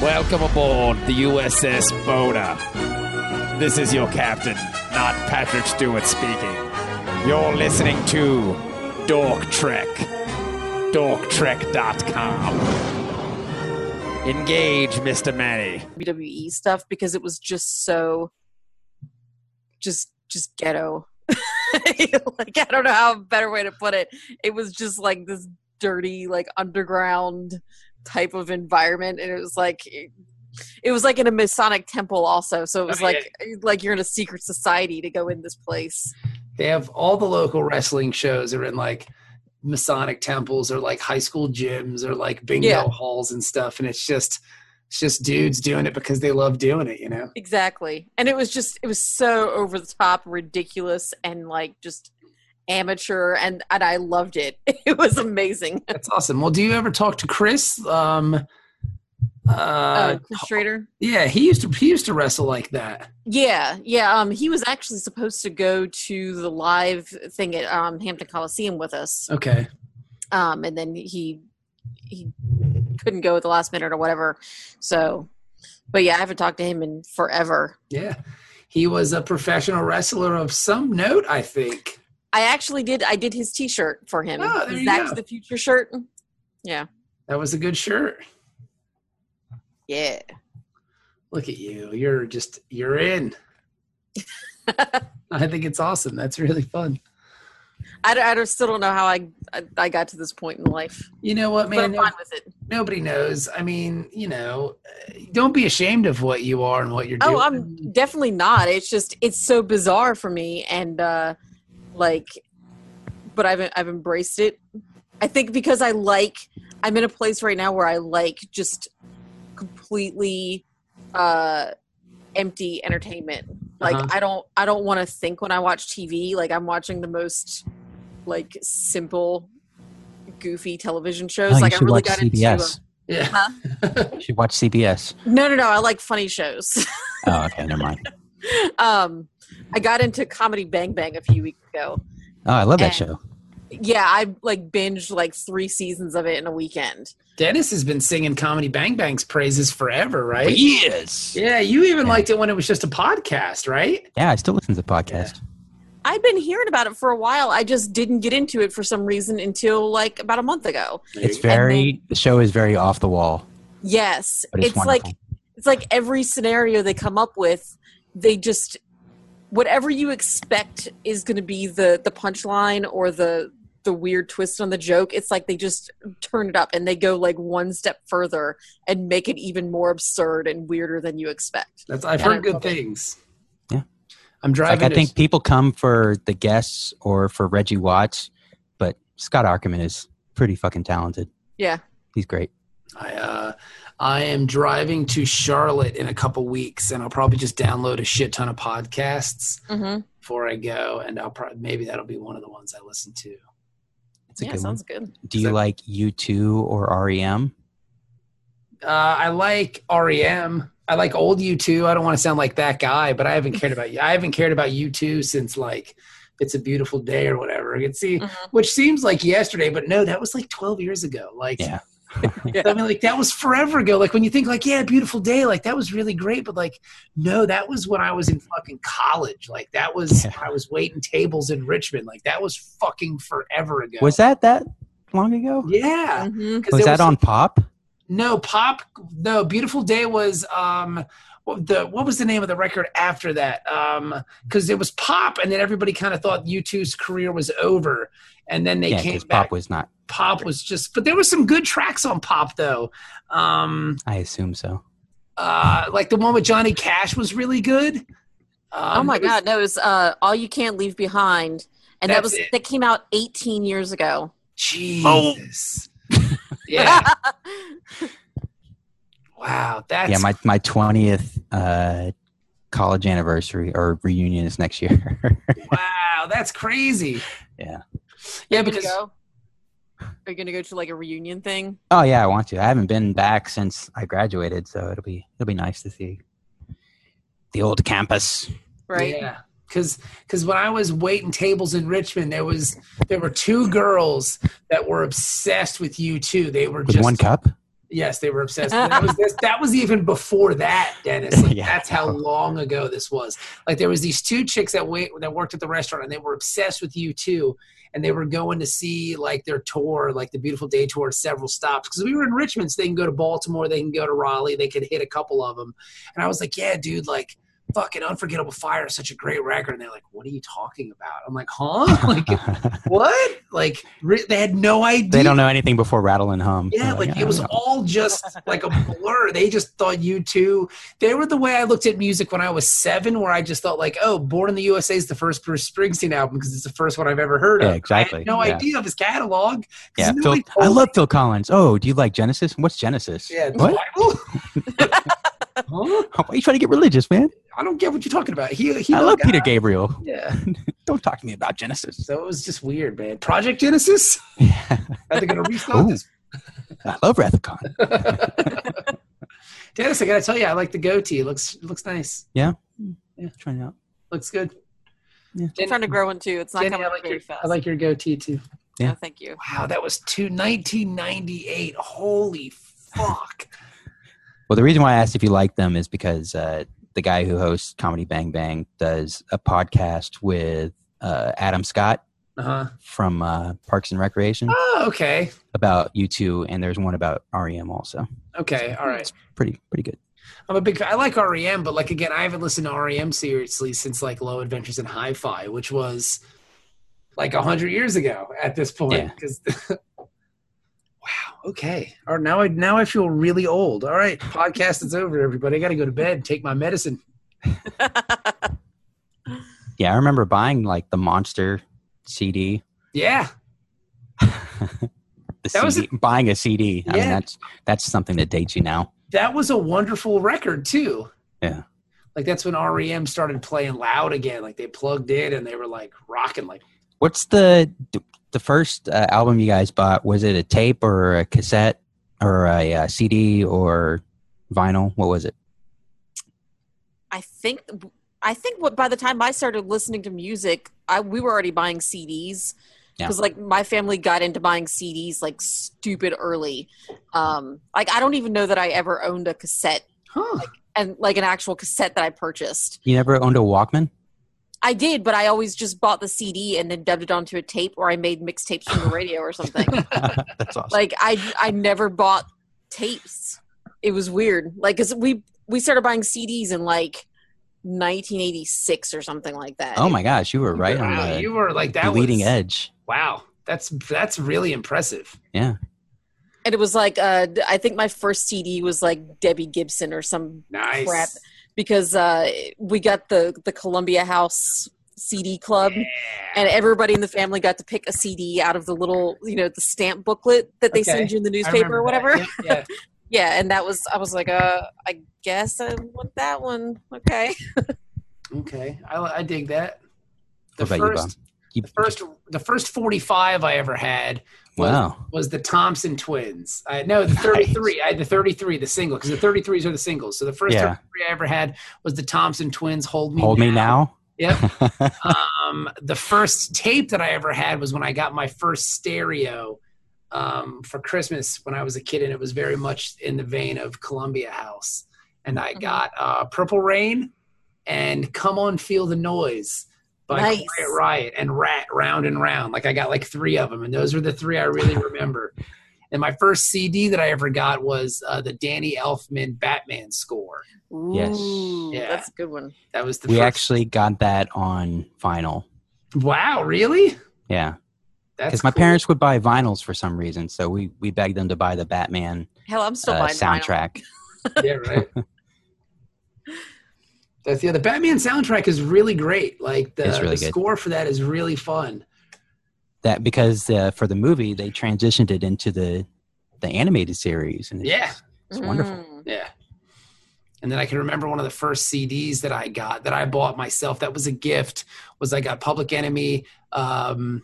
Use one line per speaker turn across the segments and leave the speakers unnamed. Welcome aboard the USS Boda. This is your captain, not Patrick Stewart speaking. You're listening to Dork Trek. DorkTrek.com. Engage, Mr. Manny.
WWE E stuff because it was just so just just ghetto. like I don't know how a better way to put it. It was just like this dirty like underground type of environment and it was like it, it was like in a Masonic temple also. So it was
mean,
like like you're in a secret society to go in this place.
They have all the local wrestling shows are in like Masonic temples or like high school gyms or like bingo
Yeah.
halls and stuff. And it's just it's just dudes doing it because they love doing it, you know?
Exactly. And it was just it was so over the top, ridiculous and like just amateur and and I loved it. It was amazing.
That's awesome. Well, do you ever talk to Chris? Um uh,
Uh, Chris Strader.
yeah, he used to he used to wrestle like that.
Yeah, yeah. Um, he was actually supposed to go to the live thing at um, Hampton Coliseum with us,
Okay.
um, and then he he couldn't go at the last minute or whatever. So, but yeah, I haven't talked to him in forever.
Yeah. He was a professional wrestler of some note, I think.
I actually did. I did his T-shirt for him.
Oh, there you
Back
go.
to the Future shirt.
That was a good shirt.
Yeah.
Look at you. You're just you're in. I think it's awesome. That's really fun.
I, don't- I don't- still don't know how I, I I got to this point in life,
You know what,
but
man?
I'm fine with it.
nobody knows. I mean, you know, uh, don't be ashamed of what you are and what you're doing.
Oh, I'm definitely not. It's just it's so bizarre for me, and uh, like, but I've I've embraced it. I think because I like I'm in a place right now where I like just completely uh, empty entertainment. Like
Uh-huh.
I don't I don't want to think when I watch TV. Like I'm watching the most like simple, goofy television shows.
Oh, you
like I
should
really
watch
got
CBS.
yeah.
You should watch CBS.
into no no no. I like funny shows.
Oh, okay, never mind.
um, I got into Comedy Bang Bang a few weeks ago.
Oh, I love that
And-
show.
Yeah, I like binged like three seasons of it in a weekend.
Dennis has been singing Comedy Bang Bang's praises forever, right?
Yes.
Yeah, you even
Yeah.
liked it when it was just a podcast, right?
Yeah, I still listen to the podcast.
I'd been hearing about it for a while. I just didn't get into it for some reason until like about a month ago.
It's very the show is very off the wall,
Yes,
but it's,
like
wonderful.
it's like every scenario they come up with, they just whatever you expect is going to be the the punchline or the the weird twist on the joke. It's like they just turn it up and they go like one step further and make it even more absurd and weirder than you expect.
That's I've
And I
heard good
love it.
things.
Yeah.
I'm driving.
like I
to-
think people come for the guests or for Reggie Watts, but Scott Ackerman is pretty fucking talented.
Yeah.
He's great.
I uh, I am driving to Charlotte in a couple weeks, and I'll probably just download a shit ton of podcasts
Mm-hmm.
before I go, and I'll probably maybe that'll be one of the ones I listen to.
It's a
yeah,
good
sounds good.
one. Do you like U2 or E REM?
Uh, I like REM. I like old U two. I don't want to sound like that guy, but I haven't cared about you. I haven't cared about U two since like it's a beautiful day or whatever. I can see,
Mhm.
which seems like yesterday, but no, that was like twelve years ago. Like,
Yeah.
I mean, like that was forever ago. Like when you think like, yeah, beautiful day, like that was really great, but like, no, that was when I was in fucking college. Like that was
Yeah.
I was waiting tables in Richmond. Like that was fucking forever ago.
Was that that long ago?
Yeah.
Mhm.
'Cause
Was
there
that on Pop?
No, pop. No, beautiful day was um what the what was the name of the record after that? Um because it was pop, and then everybody kind of thought U2's career was over, and then they
yeah,
came
because
back.
Pop
Pop
was not.
was-, just, but there were some good tracks on pop though. Um,
I assume so.
uh, like the one with Johnny Cash was really good. Um,
oh my
it was-
god, no, it was uh, all you can't leave behind, and that
That's
was
it.
that came out 18 years ago.
Jesus.
Oh.
yeah. Wow. That's
yeah, my my twentieth uh, college anniversary or reunion is next year.
wow. That's crazy.
Yeah.
Are you
Yeah,
gonna
because
go? are you gonna go to like a reunion thing?
oh yeah, I want to. I haven't been back since I graduated, so it'll be it'll be nice to see the old campus.
Right?
Yeah. Cause, cause when I was waiting tables in Richmond, there was there were two girls that were obsessed with you too. They were
With
just
one cup,
Yes, they were obsessed. That was, this, that was even before that, Dennis. Like,
Yeah.
That's how long ago this was. Like there was these two chicks that wait that worked at the restaurant, and they were obsessed with you too. And they were going to see like their tour, like the Beautiful Day tour, several stops. Because we were in Richmond, so they can go to Baltimore, they can go to Raleigh, they could hit a couple of them. And I was like, yeah, dude, like. Fucking Unforgettable Fire is such a great record. And they're like, What are you talking about? I'm like, Huh? Like, what? Like, re- they had no idea.
they don't know anything before Rattle and Hum. Oh,
Yeah,
They're
like
I
it was
don't
all just like a blur. They just thought you two. They were the way I looked at music when I was seven, where I just thought like, oh, Born in the USA is the first Bruce Springsteen album because it's the first one I've ever heard
Yeah,
of. I
exactly.
had no
Yeah.
idea of his catalog. 'cause
Yeah, Phil,
nobody
I
told
love Phil Collins. Oh, do you like Genesis? What's Genesis?
me. Yeah, the
what?
Bible? Huh?
Why are you trying to get religious, man?
I don't get what you're talking about. He, he
I
like,
love
uh,
Peter Gabriel.
Yeah.
Don't talk to me about Genesis.
So it was just weird, man. Project Genesis. Are they gonna restart
Ooh.
this?
I love Rathacon.
Dennis, I gotta tell you, I like the goatee. It looks it looks nice.
Trying out.
Looks good.
Yeah.
I'm trying to grow one too. It's not
Jenny,
coming
I
up
like
very
your
fast.
I like your goatee too.
Yeah.
No, thank you.
Wow, that was two, 1998. Holy fuck.
Well, the reason why I asked if you like them is because uh, the guy who hosts Comedy Bang Bang does a podcast with uh, Adam Scott
Uh-huh.
from uh, Parks and Recreation
Oh, okay.
about you two, and there's one about REM also.
Okay. All right.
Pretty, pretty good.
I'm a big I like REM, but like again, I haven't listened to REM seriously since like Low Adventures in Hi-Fi, which was like 100 years ago at this point
Yeah.
cuz Wow. Okay. All right, now I now I feel really old. All right. Podcast is over everybody. I got to go to bed and take my medicine.
Yeah, I remember buying like the Monster CD.
Yeah.
The
That was
CD, buying a CD. I
Yeah.
mean, that's that's something that dates you now.
that was a wonderful record too.
Yeah.
Like that's when REM started playing loud again. Like they plugged in and they were like rocking. Like
What's the the first uh, album you guys bought? Was it a tape or a cassette or a, uh CD or vinyl? What was it?
I think I think what by the time I started listening to music, I we were already buying CDs
Yeah.
because like my family got into buying CDs like stupid early. Um, like I don't even know that I ever owned a cassette
huh?
and like an actual cassette that I purchased.
You never owned a Walkman?
I did, but I always just bought the CD and then dubbed it onto a tape, or I made mixtapes from the radio or something.
that's awesome.
like I I never bought tapes. It was weird. Like 'cause we we started buying CDs in like 1986 or something like that.
oh my gosh, you were right on
wow,
the,
you were like that
the leading
was,
edge.
Wow, that's that's really impressive.
And it was like uh I think my first CD was like Debbie Gibson or some
Nice.
Crap. because uh we got the the Columbia House CD club
Yeah.
and everybody in the family got to pick a CD out of the little, you know, the stamp booklet that they
Okay.
send you in the
I
newspaper or
remember
whatever.
that. Yeah, yeah.
Yeah, and that was I was like, uh, I guess I want that one. Okay.
okay, I, I dig that. The
What about you, Bob?
first,
You,
the first, the first forty-five I ever had was
wow.
was the Thompson twins. I no the 33. I had the 33, the single, because the 33s are the singles. So the first
Yeah.
33 I ever had was the Thompson twins. Hold me.
Hold me now.
Yep. um, the first tape that I ever had was when I got my first stereo um, for Christmas when I was a kid, and it was very much in the vein of Columbia House. And I
Mm-hmm.
Mhm.
got uh, Purple Rain and Come On Feel the Noise by
Nice.
Quiet Riot and Rat Round and Round. Like I got like three of them, and those were the three I really remember. And my first CD that I ever got was uh, the Danny Elfman Batman score.
Yes.
Ooh,
Yeah.
That's a good one.
That was the
We
first.
actually got that on vinyl.
wow, really?
Yeah,
That's
because my
cool.
parents would buy vinyls for some reason, so we we begged them to buy the Batman
Hell, I'm still
uh,
buying vinyl.
soundtrack.
yeah, right. That's yeah. The Batman soundtrack is really great. Like the,
It's really
the
good.
score for that is really fun.
that because uh, for the movie they transitioned it into the the animated series and it's
Yeah.
It's wonderful.
Mm.
Yeah. And then I can remember one of the first CDs that I got that I bought myself. That was a gift. Was I got Public Enemy, um,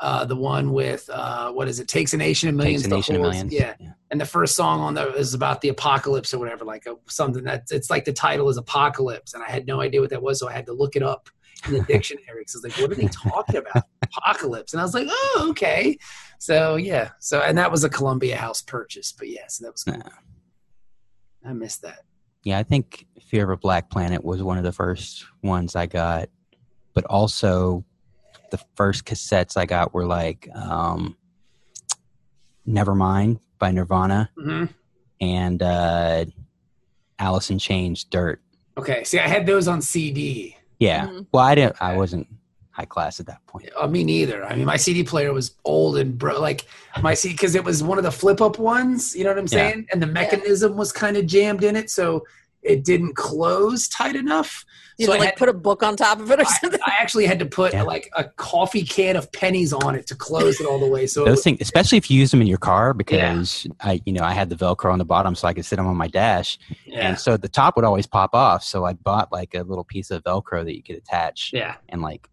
uh, the one with uh, what is it? Takes a Nation and Millions.
takes a
to
nation of
Hold-
millions
Yeah. and the first song on there is about the apocalypse or uh, whatever, like a, something that it's like the title is apocalypse, and I had no idea what that was, so I had to look it up. in the dictionary because I was like, what are they talking about? Apocalypse. And I was like, oh, okay. So yeah. So and that was a Columbia House purchase, but yeah, so that was cool. I missed that.
Yeah, I think Fear of a Black Planet was one of the first ones I got, but also the first cassettes I got were like um, Nevermind by Nirvana
hmm
and uh, Alice in Chains Dirt.
Okay. See, I had those on CD.
Yeah.
Mm-hmm.
Mhm.
Well, I didn't. I wasn't high class at that point.
Uh, me neither. I mean, my CD player was old and bro, like my CD because it was one of the flip up ones. You know what I'm
Yeah.
saying? And the mechanism was kind of jammed in it, so it didn't close tight enough.
You
so
know,
I
like
had-
put a book on top of it or
I,
something.
I actually had to put
Yeah.
like a coffee can of pennies on it to close it all the way. So it
Those
was,
things, especially if you use them in your car, because I, you know, I had the Velcro on the bottom, so I could sit them on my dash,
yeah,
and so the top would always pop off. So I bought like a little piece of Velcro that you could attach
yeah,
and like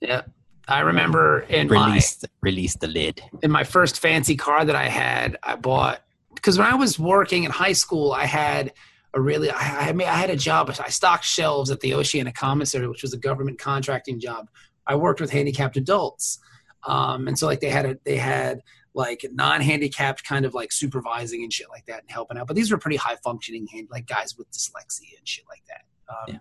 yeah. I remember in my
release release the lid.
in my first fancy car that I had, I bought because when I was working in high school, I had a really I, I mean I had a job. I stocked shelves at the Oceana Commissary, which was a government contracting job. I worked with handicapped adults, um, and so like they had a they had like non-handicapped kind of like supervising and shit like that and helping out. But these were pretty high functioning hand like guys with dyslexia and shit like that. Um,
Yeah.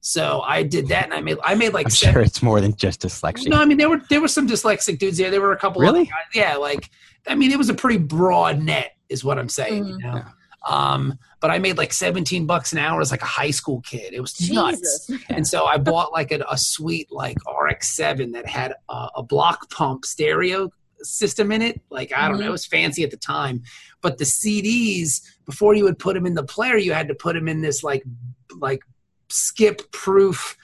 So I did that, and I made I made like
I'm
seven-
sure it's more than just dyslexia.
no, I mean there were there were some dyslexic dudes there. There were a couple.
Really?
other guys. Yeah, like I mean it was a pretty broad net, is what I'm saying. You
Mhm.
know. Um, but I made like 17 bucks an hour as like a high school kid. It was nuts.
Jesus.
Yeah.
And so I bought like a, a sweet like RX7 that had a, a block pump stereo system in it. Like I don't know, it was fancy at the time. But the CDs before you would put them in the player, you had to put them in this like like skip proof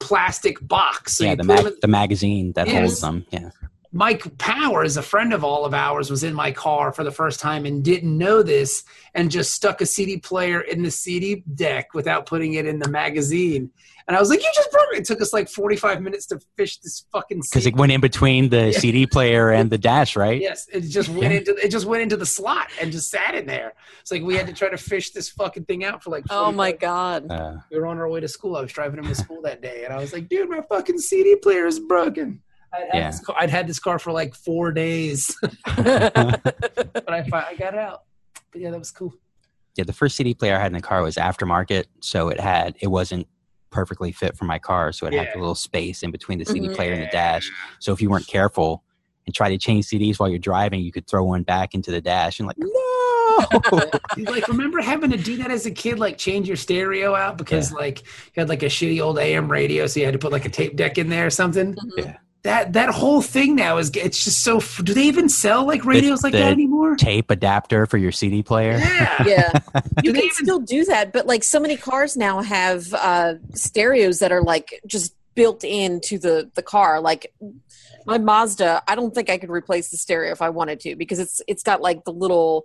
plastic box. So
yeah,
you
the
put 'em
mag-
in-
the magazine that
Yeah.
holds them. Yeah.
Mike Powers, a friend of all of ours, was in my car for the first time and didn't know this and just stuck a CD player in the CD deck without putting it in the magazine. And I was like, You just broke it. It took us like 45 minutes to fish this fucking
because
CD.
it went in between the
Yeah.
CD player and the dash, right?
Yes, it just went
Yeah.
into it just went into the slot and just sat in there. It's like we had to try to fish this fucking thing out for like
Oh my
45
god.
Uh,
We were on our way to school. I was driving him to school that day and I was like, dude, my fucking CD player is broken. I'd had,
Yeah.
this car, I'd had this car for like four days. but I fi- I got it out. But yeah, that was cool.
yeah, the first CD player I had in the car was aftermarket, so it had it wasn't perfectly fit for my car, so it had
Yeah. Mm-hmm.
a little space in between the CD
Mhm.
player and the dash. So if you weren't careful and try to change CDs while you're driving, you could throw one back into the dash and like no.
You, like remember having to do that as a kid, like change your stereo out because like you had like a shitty old AM radio, so you had to put like a tape deck in there or something.
Mm-hmm.
Yeah.
That that whole thing now is it's just so. f- Do they even sell like radios like that
the-
anymore?
Tape adapter for your CD player.
Yeah.
Yeah.
Do
You
they
can
even?
still do that, but like so many cars now have uh, stereos that are like just built into the the car. Like my Mazda, I don't think I could replace the stereo if I wanted to because it's it's got like the little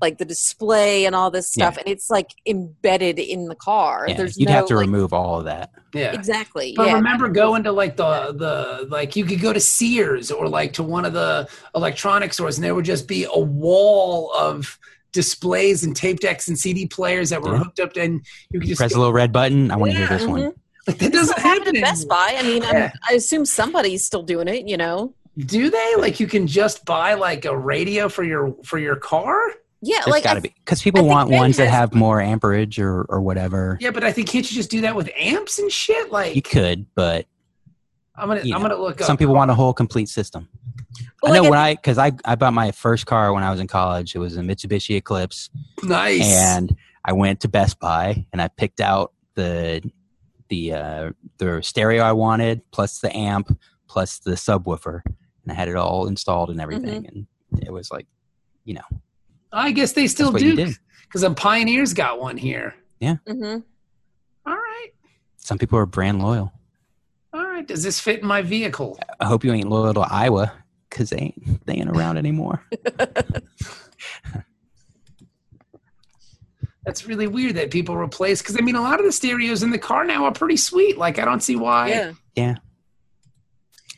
like the display and all this stuff, and it's like embedded in the car.
Yeah,
There's
You'd
no,
have to
like-
remove all of that.
Yeah.
exactly.
But
yeah,
remember going to like the the like you could go to Sears or like to one of the electronic stores and there would just be a wall of displays and tape decks and CD players that were
Yeah.
hooked up and you could just
Press a little red button. I want to hear
Yeah,
this one.
like that
It
doesn't happen
at Best
anymore.
Buy. I mean, I'm-
Yeah.
I assume somebody's still doing it. You know?
Do they like you can just buy like a radio for your for your car?
Yeah,
There's
mm-hmm. like I
got to be because
I
people
think
want
Ben
ones that
has-
have more amperage or or whatever.
Yeah, but I think can't you just do that with amps and shit?
You
Like
could, but
I'm gonna
you
I'm
know,
gonna look up.
some people want a whole complete system.
Well,
I know
like,
when I because I I bought my first car when I was in college. It was a Mitsubishi Eclipse,
nice.
and I went to Best Buy and I picked out the the uh, the stereo I wanted, plus the amp, plus the subwoofer, and I had it all installed
Mm-hmm.
and everything. And it was like
I guess they still
what you
do
do.
because the Pioneers got one here.
mhm.
All right,
some people are brand loyal.
all right. Does this fit in my vehicle?
I hope you ain't loyal to Iowa because they ain't they ain't around anymore.
That's really weird that people replace because I mean a lot of the stereos in the car now are pretty sweet. Like I don't see why.
yeah,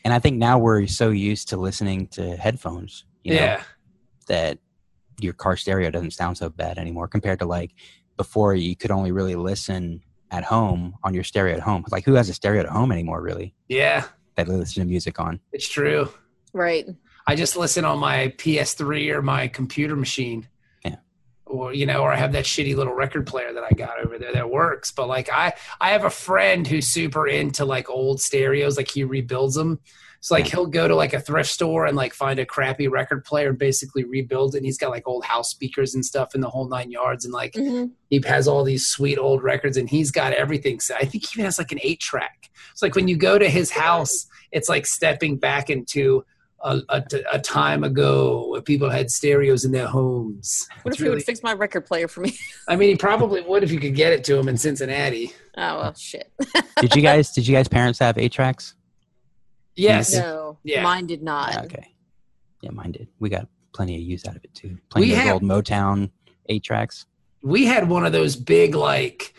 and I think now we're so used to listening to headphones, you know,
yeah.
that your car stereo doesn't sound so bad anymore compared to like before you could only really listen at home on your stereo at home. Like who has a stereo at home anymore, really?
Yeah,
That they listen to music on.
it's true.
Right.
I just listen on my PS3 or my computer machine.
Yeah.
Or you know, or I have that shitty little record player that I got over there that works. But like I, I have a friend who's super into like old stereos. Like he rebuilds them. So like
Yeah.
he'll go to like a thrift store and like find a crappy record player and basically rebuild it. And he's got like old house speakers and stuff in the whole nine yards. And like
Mm-hmm.
he has all these sweet old records and he's got everything so i think he even has like an eight track it's like when you go to his house it's like stepping back into a, a, a time ago when people had stereos in their homes
What
It's
if you
really-
would fix my record player for me?
i mean he probably would if you could get it to him in cincinnati
oh well, shit.
Did you guys did you guys parents have eight tracks?
yes
no,
Yeah.
mine did not.
Okay. Yeah, mine did. We got plenty of use out of it too. Plenty
We
of those
have-
old Motown eight tracks.
we had one of those big like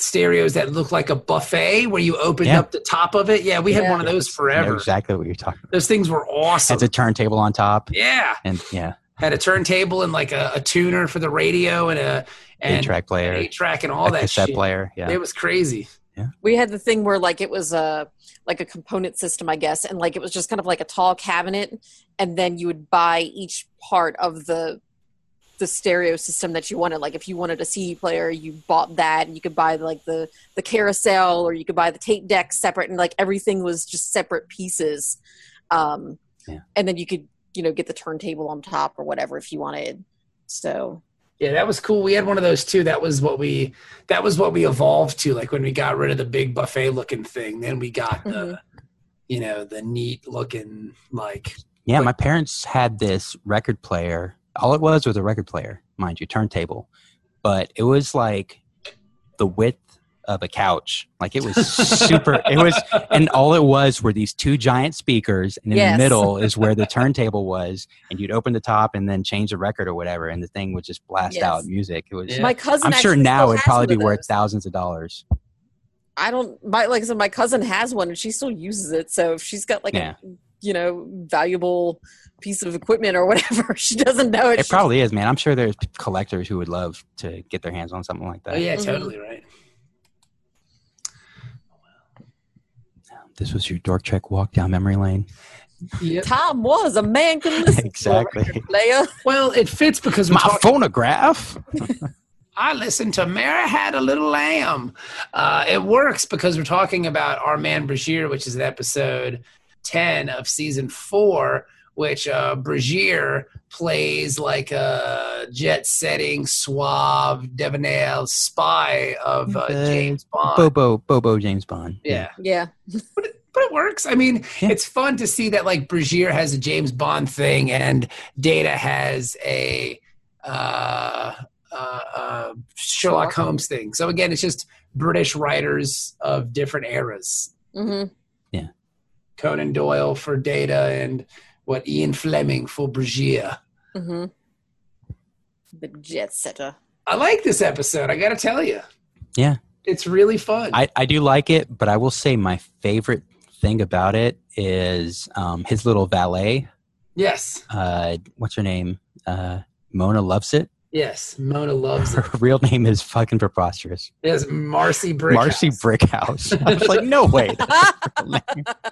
stereos that looked like a buffet where you opened
Yeah.
up the top of it yeah we had
Yeah.
one of those
I know
forever
exactly what you're talking about.
those things were awesome
That's a turntable on top.
yeah
And yeah,
had a turntable and like a, a tuner for the radio and a
eight
and
track player,
eight track and
a
all that
cassette
shit.
player. Yeah.
It was crazy.
we had the thing where like it was a like a component system i guess and like it was just kind of like a tall cabinet and then you would buy each part of the the stereo system that you wanted like if you wanted a cd player you bought that and you could buy like the the carousel or you could buy the tape deck separate and like everything was just separate pieces um
Yeah.
and then you could you know get the turntable on top or whatever if you wanted so
Yeah, that was cool. We had one of those too. That was what we that was what we evolved to. Like when we got rid of the big buffet looking thing, then we got the
Mhm.
you know the neat looking like
Yeah, my parents had this record player. All it was was a record player, mind you, turntable. But it was like the width of a couch. Like it was super it was and all it was were these two giant speakers and in
Yes.
the middle is where the turntable was and you'd open the top and then change the record or whatever and the thing would just blast
Yes.
out music. It was
Yeah.
my cousin
I'm sure
actually
now
still
it'd
has
probably
one
be
of
worth
those.
thousands of dollars.
I don't my like I said, my cousin has one and she still uses it. So if she's got like
Yeah.
a you know valuable piece of equipment or whatever, she doesn't know it.
It
She-
probably is, man. I'm sure there's collectors who would love to get their hands on something like that.
oh yeah
Mhm.
totally right.
This was your dork trek walk down memory lane.
Yeah.
Tom was a man can listen
Exactly.
to a record player.
Well, it fits because we're
My
talking-
phonograph.
I listened to Mary Had a Little Lamb. Uh, it works because we're talking about Our Man Brigier, which is episode 10 of season four, which uh, Brigier plays like a jet setting, suave, debonair spy of uh,
Uh,
James Bond.
Bobo, Bobo James Bond.
Yeah.
Yeah.
But it works. I mean,
Yeah.
it's fun to see that like Brigier has a James Bond thing and Data has a uh, uh, uh, Sherlock Holmes thing. So again, it's just British writers of different eras.
hmm
Conan Doyle for Data and what Ian Fleming for Brigier.
hmm The jet setter.
I like this episode. I got to tell you.
Yeah.
It's really fun.
I, I do like it, but I will say my favorite thing about it is um, his little valet.
yes.
Uh, what's her name? Uh, Mona loves it.
Yes. Mona loves it.
Her real name is fucking preposterous.
Yes. Marcy Brick.
Marcy Brickhouse. I was like, no way.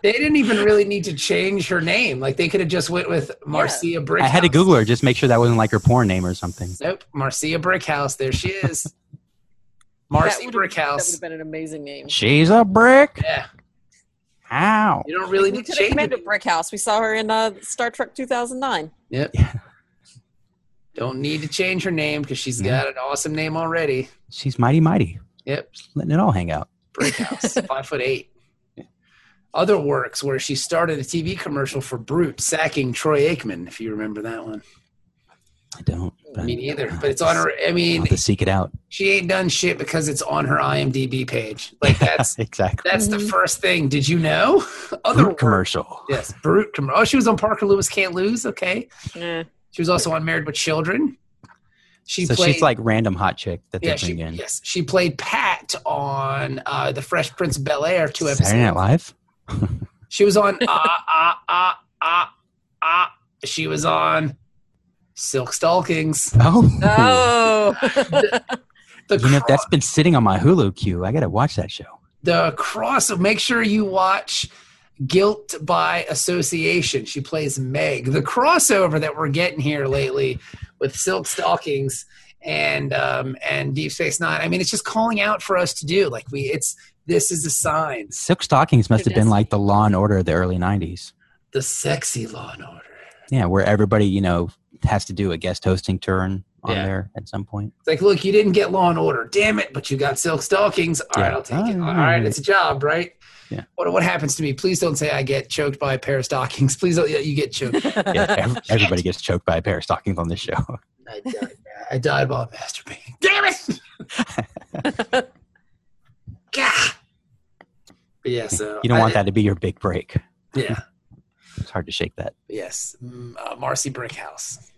They didn't even really need to change her name. Like they could have just went with Marcia Brickhouse.
I had to Google her just make sure that wasn't like her porn name or something.
Nope, Marcia Brickhouse. There she is.
That
Marcy
would've- That would
Brickhouse.
have been an amazing name.
She's a brick.
Yeah,
How?
you don't really
we
need to
could have
change
Commander
it.
Brickhouse. We saw her in uh, Star Trek 2009.
Don't need to change her name because she's
Yeah.
got an awesome name already.
She's mighty mighty.
Yep.
Just letting it all hang out.
Brickhouse, five foot eight. Other works where she started a TV commercial for Brute, sacking Troy Aikman. If you remember that one,
I don't. but
me neither. But it's
I'll
on her. I
I'll
mean,
have to seek it out.
she ain't done shit because it's on her IMDb page. Like that's
exactly.
that's the first thing. Did you know? Other
Brute
work-
commercial.
Yes, Brute commercial. Oh, she was on Parker Lewis Can't Lose. Okay.
Yeah.
She was also on Married with Children. She
so
played,
she's like random hot chick that they
yeah, she,
bring in.
yes, she played Pat on uh, the Fresh Prince of Bel Air two episodes.
Saturday Night Live.
She was on ah ah ah ah ah. She was on Silk Stockings.
Oh,
Oh.
The
You know,
cro-
that's been sitting on my Hulu queue. I got to watch that show.
the cross make sure you watch guilt by association she plays meg the crossover that we're getting here lately with silk stockings and um and deep space nine i mean it's just calling out for us to do like we it's this is the signs
Silk Stockings must have been
Goodness.
like the Law and Order of the early '90s.
the sexy law and order
Yeah, where everybody you know has to do a guest hosting turn on
Yeah.
there at some point.
it's like look you didn't get law and order damn it but you got silk stockings All right,
Yeah.
i'll take it all
Alright.
right it's a job right
Yeah.
what, what happens to me please don't say i get choked by a pair of stockings please don't yeah, you get choked
Yeah, ev- everybody gets choked by a pair of stockings on this show.
I died. I died while masturbating. Damn it! Gah! But yeah, so
you don't
I-
want that to be your big break.
Yeah.
It's hard to shake that.
Yes. Mm, uh, Marcy Brickhouse.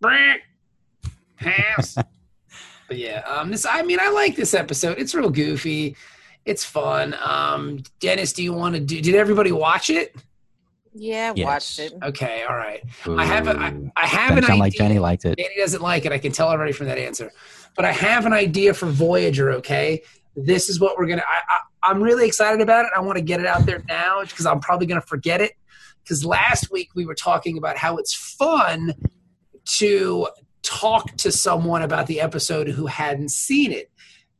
Brick house. but yeah, um, this. I mean, I like this episode. It's real goofy. It's fun. Um, Dennis, do you want to do? Did everybody watch it?
yeah,
Yes.
watched it.
Okay. All right. I have. A, I,
Ooh.
I have an
Doesn't
idea.
sound like Jenny liked it.
Danny doesn't like it. I can tell already from that answer. But I have an idea for Voyager. Okay, this is what we're gonna. I, I, I'm really excited about it. I want to get it out there now because I'm probably gonna forget it. Because last week we were talking about how it's fun to talk to someone about the episode who hadn't seen it.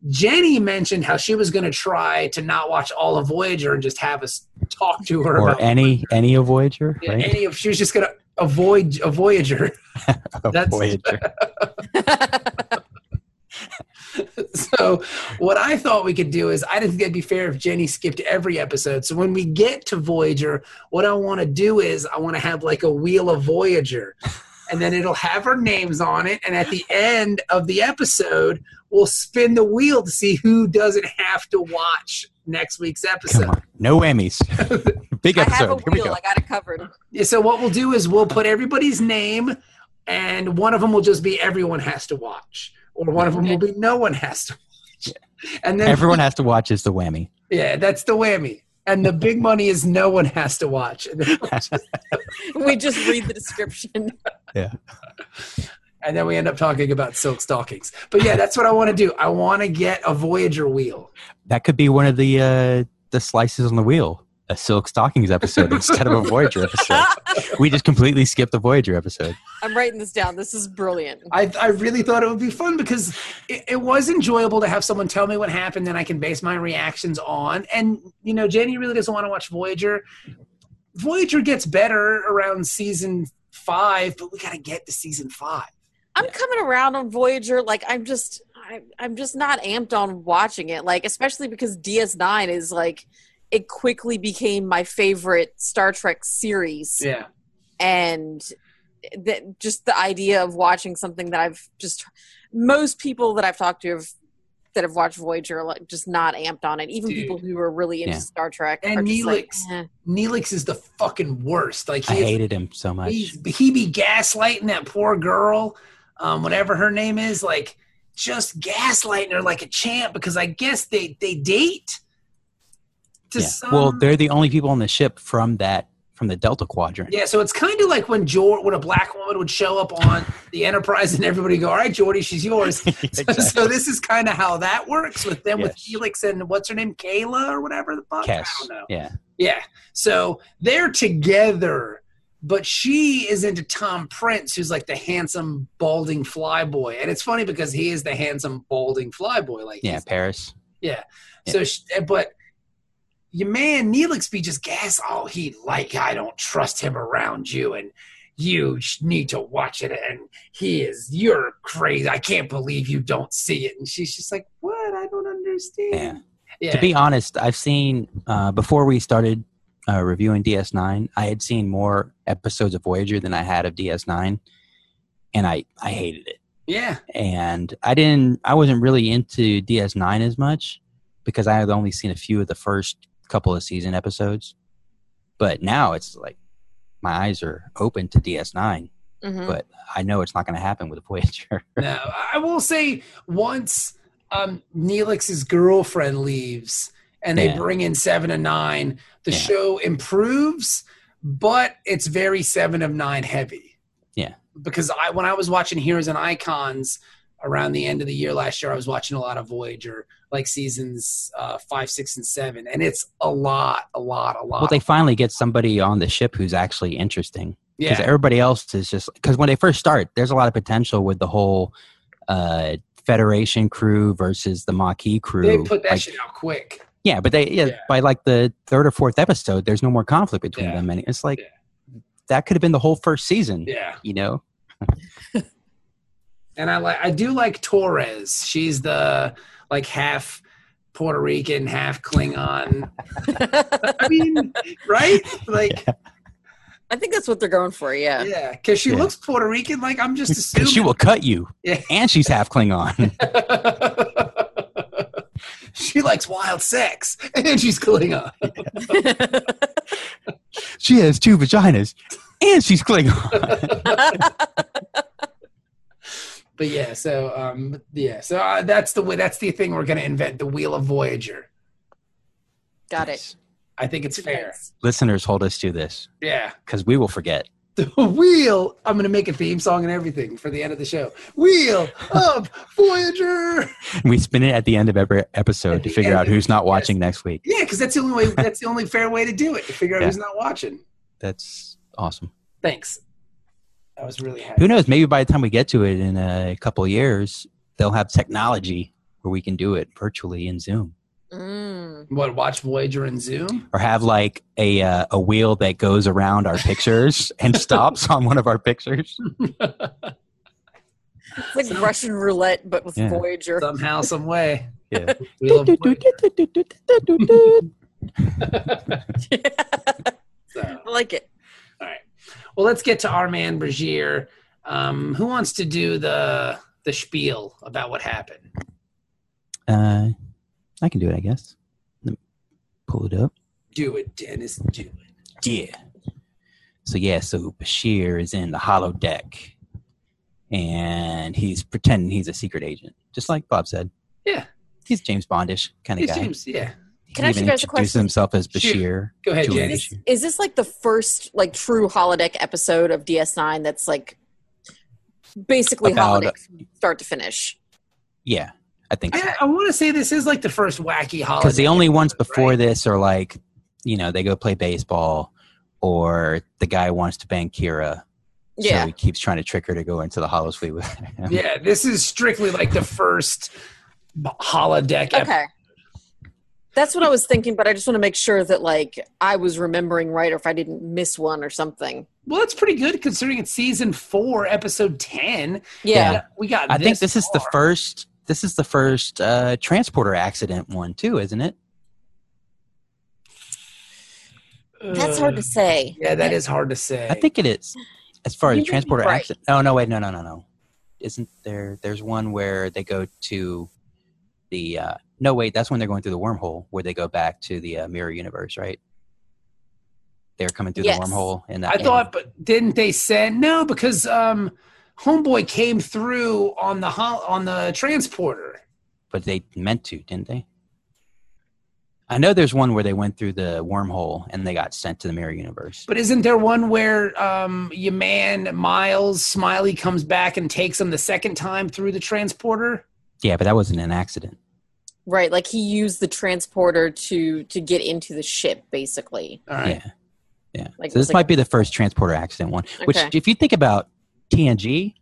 Jenny mentioned how she was going to try to not watch all of Voyager and just have us talk to her
Or
about
any any of Voyager,
yeah,
right?
any of. She was just going to avoid a Voyager.
Of
that's-
Voyager.
So, what I thought we could do is, I didn't think it'd be fair if Jenny skipped every episode. So, when we get to Voyager, what I want to do is, I want to have like a wheel of Voyager, and then it'll have our names on it. And at the end of the episode, we'll spin the wheel to see who doesn't have to watch next week's
Come
episode.
on, no whammies. big
I have a
episode. Here we
wheel.
go.
I got it covered.
Yeah, so, what we'll do is, we'll put everybody's name, and one of them will just be everyone has to watch, or one of them will be no one has to watch. And then
Everyone has to watch is the whammy.
Yeah, that's the whammy. And the big money is no one has to watch. And then,
We just read the description.
and then we end up talking about silk stockings. But yeah, that's what I want to do. I want to get a Voyager wheel.
That could be one of the uh, the slices on the wheel. A silk stockings episode instead of a Voyager episode. We just completely skipped the Voyager episode.
I'm writing this down. This is brilliant.
I, I really thought it would be fun because it, it was enjoyable to have someone tell me what happened, then I can base my reactions on. And, you know, Jenny really doesn't want to watch Voyager. Voyager gets better around season five, but we got to get to season five.
I'm coming around on Voyager. Like I'm just, I, I'm just not amped on watching it. Like especially because DS9 is like, it quickly became my favorite Star Trek series,
Yeah.
and that just the idea of watching something that I've just most people that I've talked to have that have watched Voyager are like just not amped on it. Even
Dude.
people who are really into
Yeah.
Star Trek
And
are just like,
Neelix.
eh.
Neelix is the fucking worst. Like
I
he is
hated him so much.
He's, he be gaslighting that poor girl, um, whatever her name is, like just gaslighting her like a champ because I guess they they date. To
Yeah.
some,
Well, they're the only people on the ship from that from the Delta Quadrant.
yeah. So it's kind of like when Jor when a black woman would show up on the Enterprise and everybody go, "All right, Jordy, she's yours."
Exactly.
So this is kind of how that works with them with
Yes.
Felix and what's her name, Kayla or whatever the fuck.
Cass.
I don't know.
Yeah.
Yeah. So they're together, but she is into Tom Prince, who's like the handsome, balding flyboy. And it's funny because he is the handsome, balding flyboy. Like,
Yeah,
he's-
Paris.
So, she, but your man Neelix be just gas. Oh, he like I don't trust him around you, and you sh- need to watch it. And he is you're crazy. I can't believe you don't see it. And she's just like, what? I don't
Yeah.
understand. Yeah.
To be honest, I've seen uh, before we started uh, reviewing DS9, I had seen more episodes of Voyager than I had of DS9, and I I hated it.
yeah.
And I didn't I wasn't really into DS9 as much because I had only seen a few of the first couple of season episodes. But now it's like my eyes are open to DS9,
Mhm.
but I know it's not going to happen with Voyager.
No, I will say once um, Neelix's girlfriend leaves and they
Yeah.
bring in seven and nine, the
Yeah.
show improves, but it's very seven of nine heavy.
Yeah.
Because I when I was watching Heroes and Icons, around the end of the year last year, I was watching a lot of Voyager, like seasons uh, five, six, and seven, and it's a lot, a lot, a lot.
Well, they finally get somebody on the ship who's actually interesting.
yeah,
Because everybody else is just because when they first start, there's a lot of potential with the whole uh, Federation crew versus the Maquis crew.
they put that
Like,
shit out quick.
Yeah, but they yeah,
Yeah.
by like the third or fourth episode, there's no more conflict between
Yeah.
them, and it's like
Yeah.
that could have been the whole first season.
Yeah,
You know,
and I like, I do like Torres. She's the like half Puerto Rican, half Klingon. I mean, right? Like,
I think that's what they're going for. Yeah.
Yeah, because she
Yeah.
looks Puerto Rican. Like I'm just
'Cause
assuming.
she will cut you,
Yeah.
and she's half Klingon.
she likes wild sex, and she's Klingon.
she has two vaginas, and she's Klingon.
But yeah, so um, yeah, so uh, that's the way. That's the thing we're gonna invent: the wheel of Voyager.
Got it.
I think it's fair.
Nice.
Listeners, hold us to this
Yeah,
because we will forget.
the wheel. I'm gonna make a theme song and everything for the end of the show. Wheel of Voyager.
We spin it at the end of every
At
episode to
the
figure
end
out
of-
who's not watching next week.
Yeah, because that's the only way. That's the only fair way to do it. To figure out
Yeah.
who's not watching.
That's awesome.
Thanks. I was really happy.
Who knows? Maybe by the time we get to it in a couple of years, they'll have technology where we can do it virtually in Zoom.
Mm.
What? Watch Voyager and Zoom.
or have like a uh, a wheel that goes around our pictures and stops on one of our pictures.
It's like Russian roulette, but with
Yeah.
Voyager.
somehow, some way.
Yeah.
We love Voyager, so.
I like it.
All right. Well, let's get to our man Brigier. Um, who wants to do the the spiel about what happened?
uh, I can do it, I guess. Let me pull it up.
Do it, Dennis. Do it.
Yeah. So yeah, so Bashir is in the hollow deck, and he's pretending he's a secret agent, just like Bob said.
Yeah.
He's James Bondish kind of
It's
guy.
James. Yeah.
He
Can I ask
even
you guys a
introduces
question?
himself as
Shoot.
Bashir.
Go ahead,
to an
James.
Janice.
issue.
Is this like the first like true holodeck episode of DS9 that's like basically
About- uh,
holodeck from start to finish?
Yeah, I think so.
I, I want to say this is like the first wacky holiday.
because the only ones before
right?
this are like you know they go play baseball or the guy wants to bang kira
Yeah.
so he keeps trying to trick her to go into the hollow suite with him
Yeah, this is strictly like the first b- holodeck. ep-
Okay. That's what I was thinking, but I just want to make sure that like I was remembering right or if I didn't miss one or something.
Well, that's pretty good considering it's season four, episode ten.
Yeah.
we got.
i think this is the
far.
first this is the first uh, transporter accident one too isn't it
That's hard to say.
Uh, Yeah, that is hard to say.
i think it is as far
You
as
may be
transporter
right.
accident oh no wait no no no no isn't there there's one where they go to the uh, no wait that's when they're going through the wormhole where they go back to the uh, mirror universe right they're coming through
Yes.
the wormhole and
I thought, but didn't they send no? Because um, Homeboy came through on the hol- on the transporter.
but they meant to, didn't they? I know there's one where they went through the wormhole and they got sent to the mirror universe.
But isn't there one where um, your man Miles Smiley comes back and takes him the second time through the transporter?
Yeah, but that wasn't an accident.
Right, like he used the transporter to to get into the ship basically.
All right.
Yeah, yeah.
Like,
so this
like-
might be the first transporter accident one. Which,
Okay.
if you think about TNG,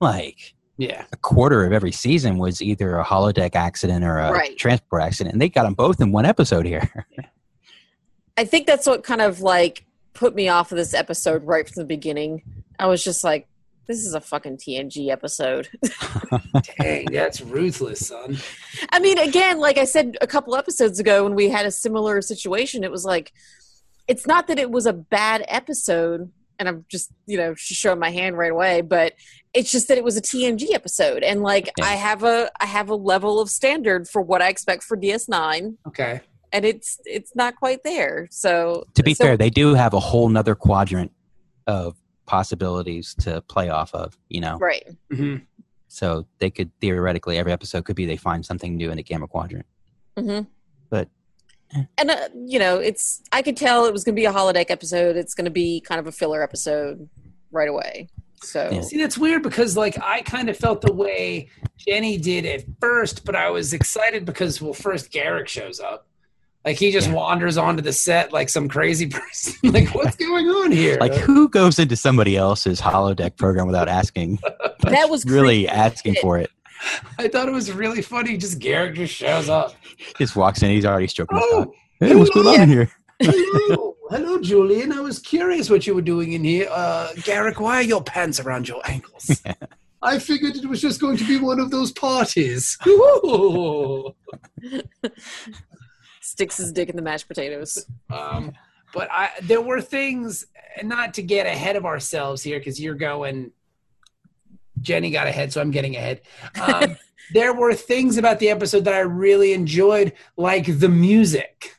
like
Yeah.
a quarter of every season was either a holodeck accident or a
Right.
transport accident, and they got them both in one episode here.
I think that's what kind of like put me off of this episode right from the beginning. I was just like this is a fucking TNG episode.
Dang, that's ruthless, son.
I mean, again, like I said a couple episodes ago when we had a similar situation, it was like, it's not that it was a bad episode, and I'm just, you know, sh- showing my hand right away, but it's just that it was a TNG episode, and like
Yeah.
I have a I have a level of standard for what I expect for DS9,
Okay.
and it's it's not quite there. So
to be
so-
fair, they do have a whole nother quadrant of possibilities to play off of. You know,
right?
hmm
So they could theoretically every episode could be they find something new in the gamma quadrant.
hmm
But-
And uh, you know, it's I could tell it was going to be a holodeck episode. It's going to be kind of a filler episode right away. So
Yeah.
See, that's weird because like I kind of felt the way Jenny did at first, but I was excited because well, first Garrick shows up. Like he just
Yeah.
wanders onto the set like some crazy person. like what's going on here?
Like, who goes into somebody else's holodeck program without asking?
that was
really
creepy.
asking for it.
I thought it was really funny. Just Garrick just shows up.
Just walks in. He's already stroking his
Oh,
dog. Hey, what's going on in here?
hello, Oh, hello, Julian. I was curious what you were doing in here. Uh, Garrick, why are your pants around your ankles? I figured it was just going to be one of those parties. Ooh.
Sticks his dick in the mashed potatoes.
Um, but I, there were things, and not to get ahead of ourselves here, because you're going. Jenny got ahead, so I'm getting ahead. Um, there were things about the episode that I really enjoyed, like the music.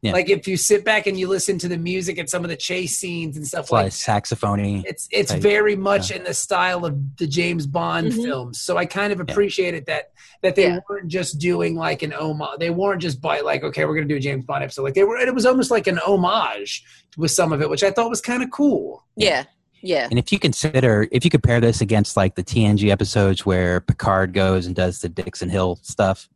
Yeah.
Like if you sit back and you listen to the music and some of the chase scenes and stuff
It's like
like
saxophony.
it's it's
Like,
very much in the style of the James Bond
Mhm.
films. So I kind of appreciated that that they
Yeah.
weren't just doing like an homage. They weren't just by like, okay, we're gonna do a James Bond episode. Like they were it was almost like an homage with some of it, which I thought was kind of cool.
Yeah. Yeah.
And if you consider, if you compare this against like the TNG episodes where Picard goes and does the Dixon Hill stuff,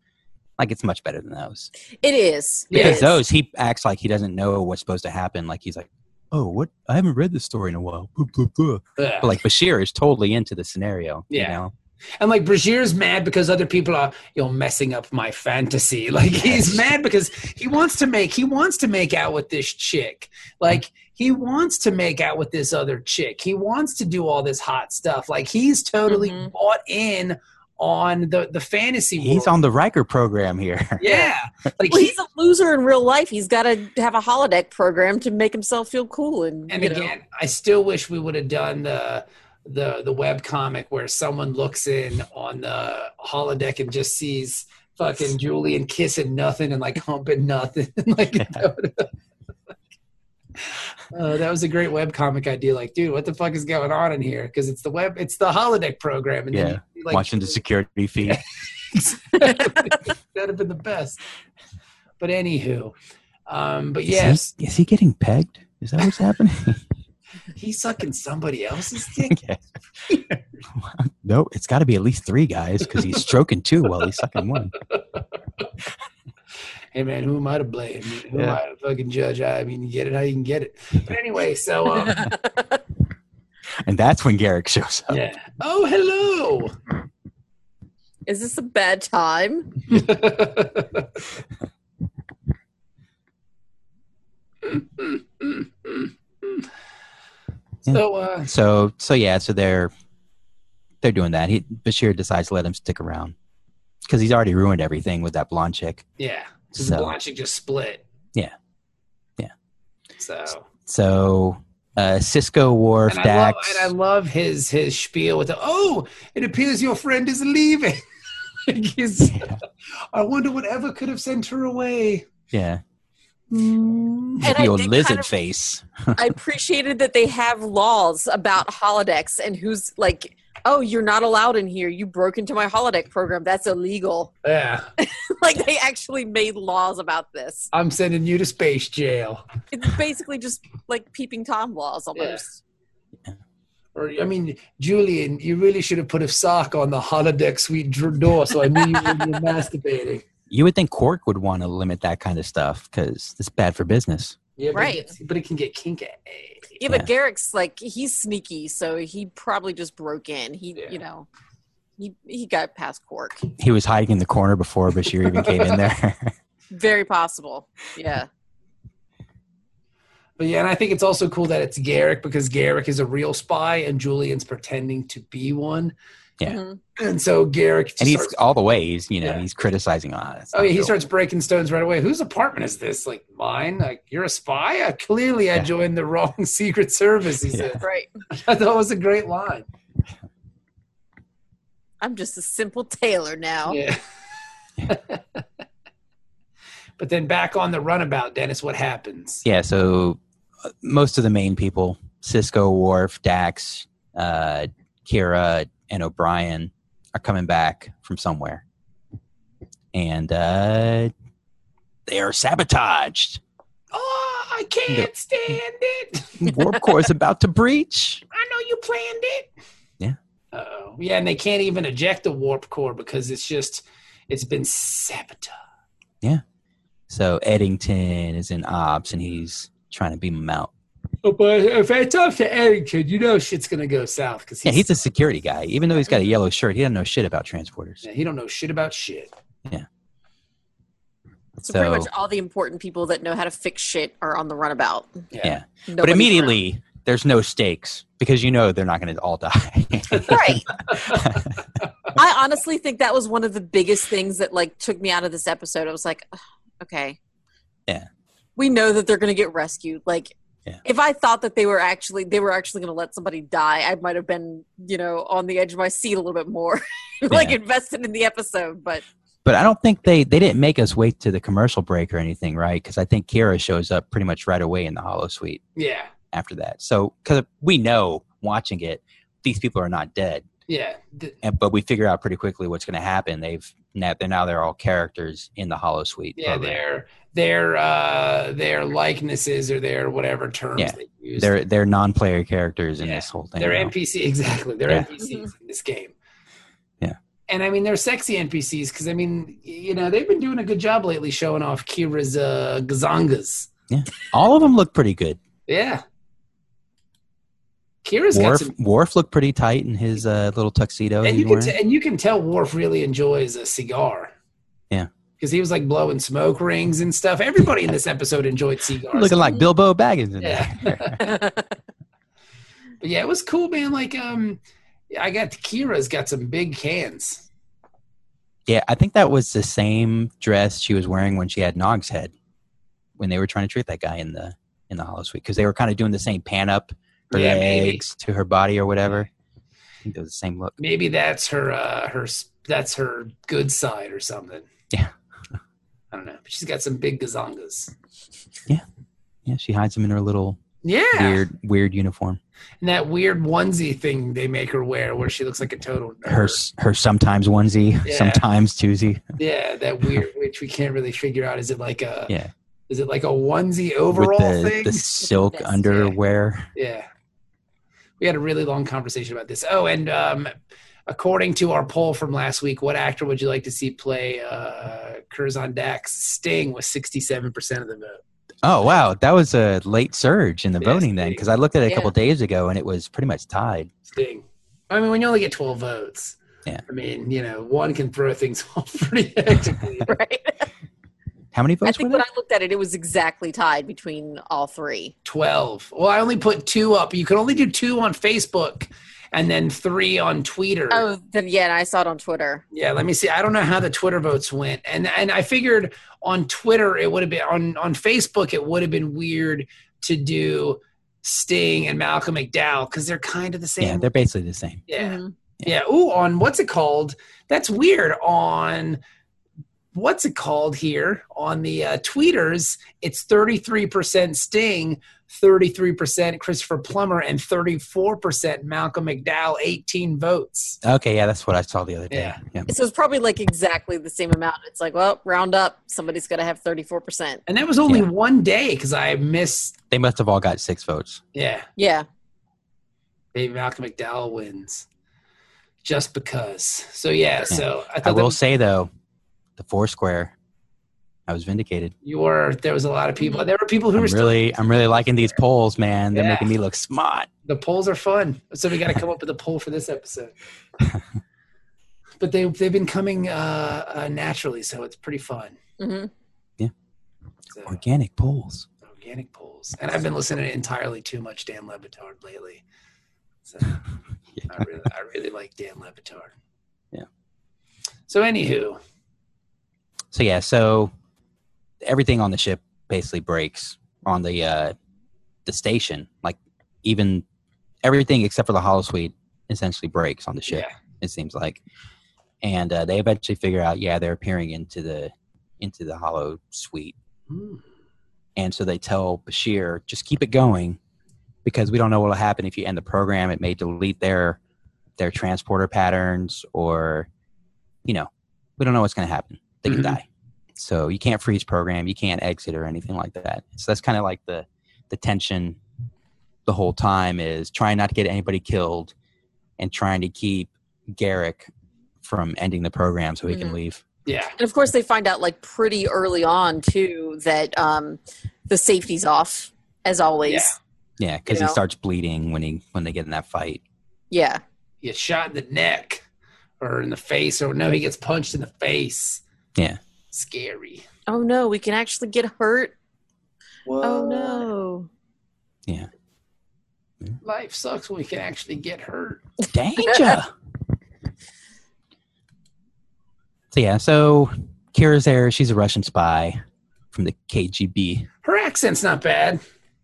like it's much better than those.
It is.
Yeah.
It
Because
is.
those, he acts like he doesn't know what's supposed to happen. Like he's like, oh, what? I haven't read this story in a while. Blah, blah, blah.
Ugh.
But like Bashir is totally into the scenario.
Yeah.
You know?
And like Brashear's mad because other people are you're messing up my fantasy. Like he's mad because he wants to make he wants to make out with this chick. Like he wants to make out with this other chick. He wants to do all this hot stuff. Like he's totally
Mhm.
bought in on the the fantasy world.
He's on the Riker program here.
yeah. Like
Well,
he-
he's a loser in real life. He's got to have a holodeck program to make himself feel cool. And,
and
you
again, I still wish we would have done the the the web comic where someone looks in on the holodeck and just sees fucking Julian kissing nothing and like humping nothing. like that, would- Uh, that was a great web comic idea. Like, dude, what the fuck is going on in here? Because it's the web, it's the holodeck program, and
Yeah.
then you, see, like
watching the security feed.
that'd have been the best. But anywho, um, but
Is he-
yes,
Is he getting pegged? Is that what's happening?
he's sucking somebody else's dick.
no, it's got to be at least three guys because he's stroking two while he's sucking one.
hey man, who am I to blame? Who am
Yeah.
I to fucking judge? I mean, you get it how you can get it. But anyway, so um,
And that's when Garrick shows up.
yeah. Oh, hello.
know, is this a bad time?
so uh,
So so yeah, so they're they're doing that. He, Bashir decides to let him stick around because he's already ruined everything with that blonde chick.
yeah, because
So-
Blanchett just split.
Yeah. Yeah.
So
So uh, Cisco, Worf,
and I, love,
Dax.
and I love his his spiel with the oh, it appears your friend is leaving. Like, he's-
Yeah.
I wonder whatever could have sent her away.
yeah,
Hmm.
And I
the old
did
lizard
kind of-
face.
I appreciated that they have laws about holodecks and who's like, oh, you're not allowed in here. You broke into my holodeck program. That's illegal.
Yeah,
like they actually made laws about this.
I'm sending you to space jail.
It's basically just like peeping tom laws almost.
Or I mean, Julian, you really should have put a sock on the holodeck suite dr- door, so I knew you wouldn't be masturbating.
You would think Quark would want to limit that kind of stuff because it's bad for business.
Yeah, but
Right.
It gets- but it can get kinky.
Yeah, but Garrick's like he's sneaky, so he probably just broke in. He,
Yeah.
you know, he he got past Cork.
He was hiding in the corner before Bashir even came in there.
Very possible. Yeah.
But yeah, and I think it's also cool that it's Garrick because Garrick is a real spy and Julian's pretending to be one.
Yeah.
Mhm.
And so Garrick
and he's
starts-
all the way. He's you know
Yeah.
he's criticizing a lot.
Oh yeah, he starts breaking stones right away. Whose apartment is this? Like mine? Like you're a spy? Uh, clearly, I
Yeah.
joined the wrong secret service. He
Yeah.
said.
Right.
I thought it was a great line.
I'm just a simple tailor now.
Yeah. but then back on the runabout, Dennis, what happens?
yeah, so uh, most of the main people, Cisco, Worf, Dax, uh, Kira, and O'Brien, are coming back from somewhere. And uh, they are sabotaged.
Oh, I can't stand it.
Warp core is about to breach.
I know you planned it.
Yeah.
Oh, yeah, and they can't even eject the warp core because it's just it's been sabotaged.
So Eddington is in ops and he's trying to beam him out.
Oh, but if it's up to Eddington, you know shit's gonna go south because
Yeah, he's a security guy. Even though he's got a yellow shirt, he doesn't know shit about transporters.
he don't know shit about shit.
So,
So-
pretty much all the important people that know how to fix shit are on the runabout.
Yeah. but
Nobody's
immediately there's no stakes because you know they're not going to all die.
around. right. I honestly think that was one of the biggest things that like took me out of this episode. I was like, "Ugh, okay,
Yeah.
we know that they're gonna get rescued. Like,
Yeah.
if I thought that they were actually they were actually gonna let somebody die, I might have been you know on the edge of my seat a little bit more, like
Yeah.
invested in the episode. But
but I don't think they they didn't make us wait to the commercial break or anything, right? Because I think Kira shows up pretty much right away in the Hollow Suite
Yeah,
after that. So because we know watching it, these people are not dead,
yeah. Th-
and, but we figure out pretty quickly what's going to happen. They've now they're now they're all characters in the Hollow Suite.
yeah,
program.
their their uh their likenesses or their whatever terms
Yeah.
they use.
they're they're non-player characters in
Yeah.
this whole thing.
They're
now.
NPC exactly. They're
Yeah.
NPCs in this game.
Yeah.
And I mean, they're sexy NPCs because I mean, y- you know, they've been doing a good job lately showing off Kira's uh, gazongas.
All of them look pretty good.
Yeah. Kira's got
Worf,
some,
Worf looked pretty tight in his uh, little tuxedo.
and
he's
you can
wearing.
t- and you can tell Worf really enjoys a cigar.
Yeah.
Because he was like blowing smoke rings and stuff. Everybody in this episode enjoyed cigars.
looking like Bilbo Baggins in
Yeah.
there.
But yeah, it was cool, man. Like, um, I got Kira's got some big cans.
yeah, I think that was the same dress she was wearing when she had Nog's head when they were trying to treat that guy in the in the Hollow Suite because they were kind of doing the same pan up her
Yeah, maybe.
legs to her body or whatever. I think it was the same look.
Maybe that's her, uh, her, s- that's her good side or something.
Yeah.
I don't know. But she's got some big gazongas.
Yeah, she hides him in her little
Yeah.
weird weird uniform.
And that weird onesie thing they make her wear where she looks like a total nerd.
Her s- her sometimes onesie,
Yeah.
sometimes twosie.
Yeah, that weird, which we can't really figure out. Is it like a,
Yeah,
is it like a onesie overall
with the
thing?
the silk
That's-
underwear.
Yeah. We had a really long conversation about this. Oh, and um, according to our poll from last week, what actor would you like to see play uh, Curzon Dax? Sting was 67% of the vote.
Oh wow, that was a late surge in the
Yes,
voting then
big.
because I looked at it a
Yeah.
couple days ago and it was pretty much tied.
Sting. I mean, when you only get 12 votes,
Yeah.
I mean, you know, one can throw things off pretty actively.
right,
How many
I
votes
think
were
when
there?
I looked at it, it was exactly tied between all three.
12. Well, I only put two up. You can only do two on Facebook and then three on Twitter.
Oh, then yeah, and I saw it on Twitter.
Yeah, let me see. I don't know how the Twitter votes went, and and I figured on Twitter it would have been on on Facebook it would have been weird to do Sting and Malcolm McDowell because they're kind of the same.
Yeah, they're basically the same.
yeah,
Mhm.
yeah. Ooh, on what's it called? That's weird. On what's it called here on the uh, tweeters? It's thirty three percent Sting, thirty three percent Christopher Plummer, and thirty four percent Malcolm McDowell. Eighteen votes.
Okay, yeah, that's what I saw the other day.
Yeah.
Yeah.
So it's probably like exactly the same amount. It's like, well, round up, somebody's got to have 34%.
And that was only
Yeah.
one day because I missed
They must have all got six votes.
Yeah,
Yeah.
maybe Malcolm McDowell wins just because. So yeah, so I
I
thought that
will
was-
say though, the four square, I was vindicated.
you were there was a lot of people. There were people who
I'm
were still,
really I'm really liking these polls, man. They're
Yeah.
making me look smart.
the polls are fun. So we got to come up with a poll for this episode. but they they've been coming uh, uh, naturally, so it's pretty fun.
Mhm.
So,
Organic polls.
organic polls, and I've been listening to entirely too much Dan Levitard lately. So I really I really like Dan Levitard.
Yeah.
So anywho,
So yeah, so everything on the ship basically breaks on the uh the station. Like even everything except for the hollow suite essentially breaks on the ship.
yeah.
It seems like, and uh, they eventually figure out. Yeah, they're appearing into the into the hollow suite,
Hmm.
and so they tell Bashir, just keep it going, because we don't know what'll happen if you end the program. It may delete their their transporter patterns, or you know, we don't know what's going to happen. They
Mhm.
can die. So you can't freeze program, you can't exit or anything like that. So that's kind of like the the tension the whole time is trying not to get anybody killed and trying to keep Garrick from ending the program so he
Mhm.
can leave.
Yeah.
And of course, they find out like pretty early on too that um, the safety's off as always.
Yeah, because
Yeah.
he starts bleeding when he when they get in that fight.
Yeah,
You shot in the neck or in the face, or no, he gets punched in the face.
Yeah.
Scary.
Oh no, we can actually get hurt. Oh
What?
no.
Life sucks when we can actually get hurt.
Danger. so yeah, so Kira's there. She's a Russian spy from the KGB.
Her accent's not bad.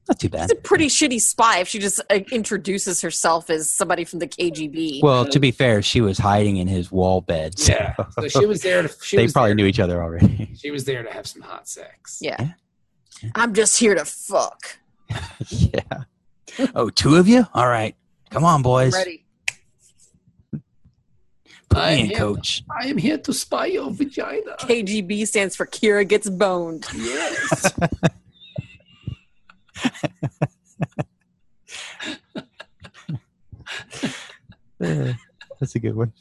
Not too
She's
bad.
a pretty shitty spy if she just uh, introduces herself as somebody from the KGB.
Well, to be fair, she was hiding in his wall bed. So
Yeah. So she was there to. She
they
was
probably
there-
knew each other already.
She was there to have some hot sex.
yeah.
Yeah.
I'm just here to fuck.
yeah. Oh, two of you? All right. Come on, boys.
Ready.
Put
I
me in,
am.
coach.
I am here to spy your vagina.
KGB stands for Kira gets boned.
Yes.
That's a good one.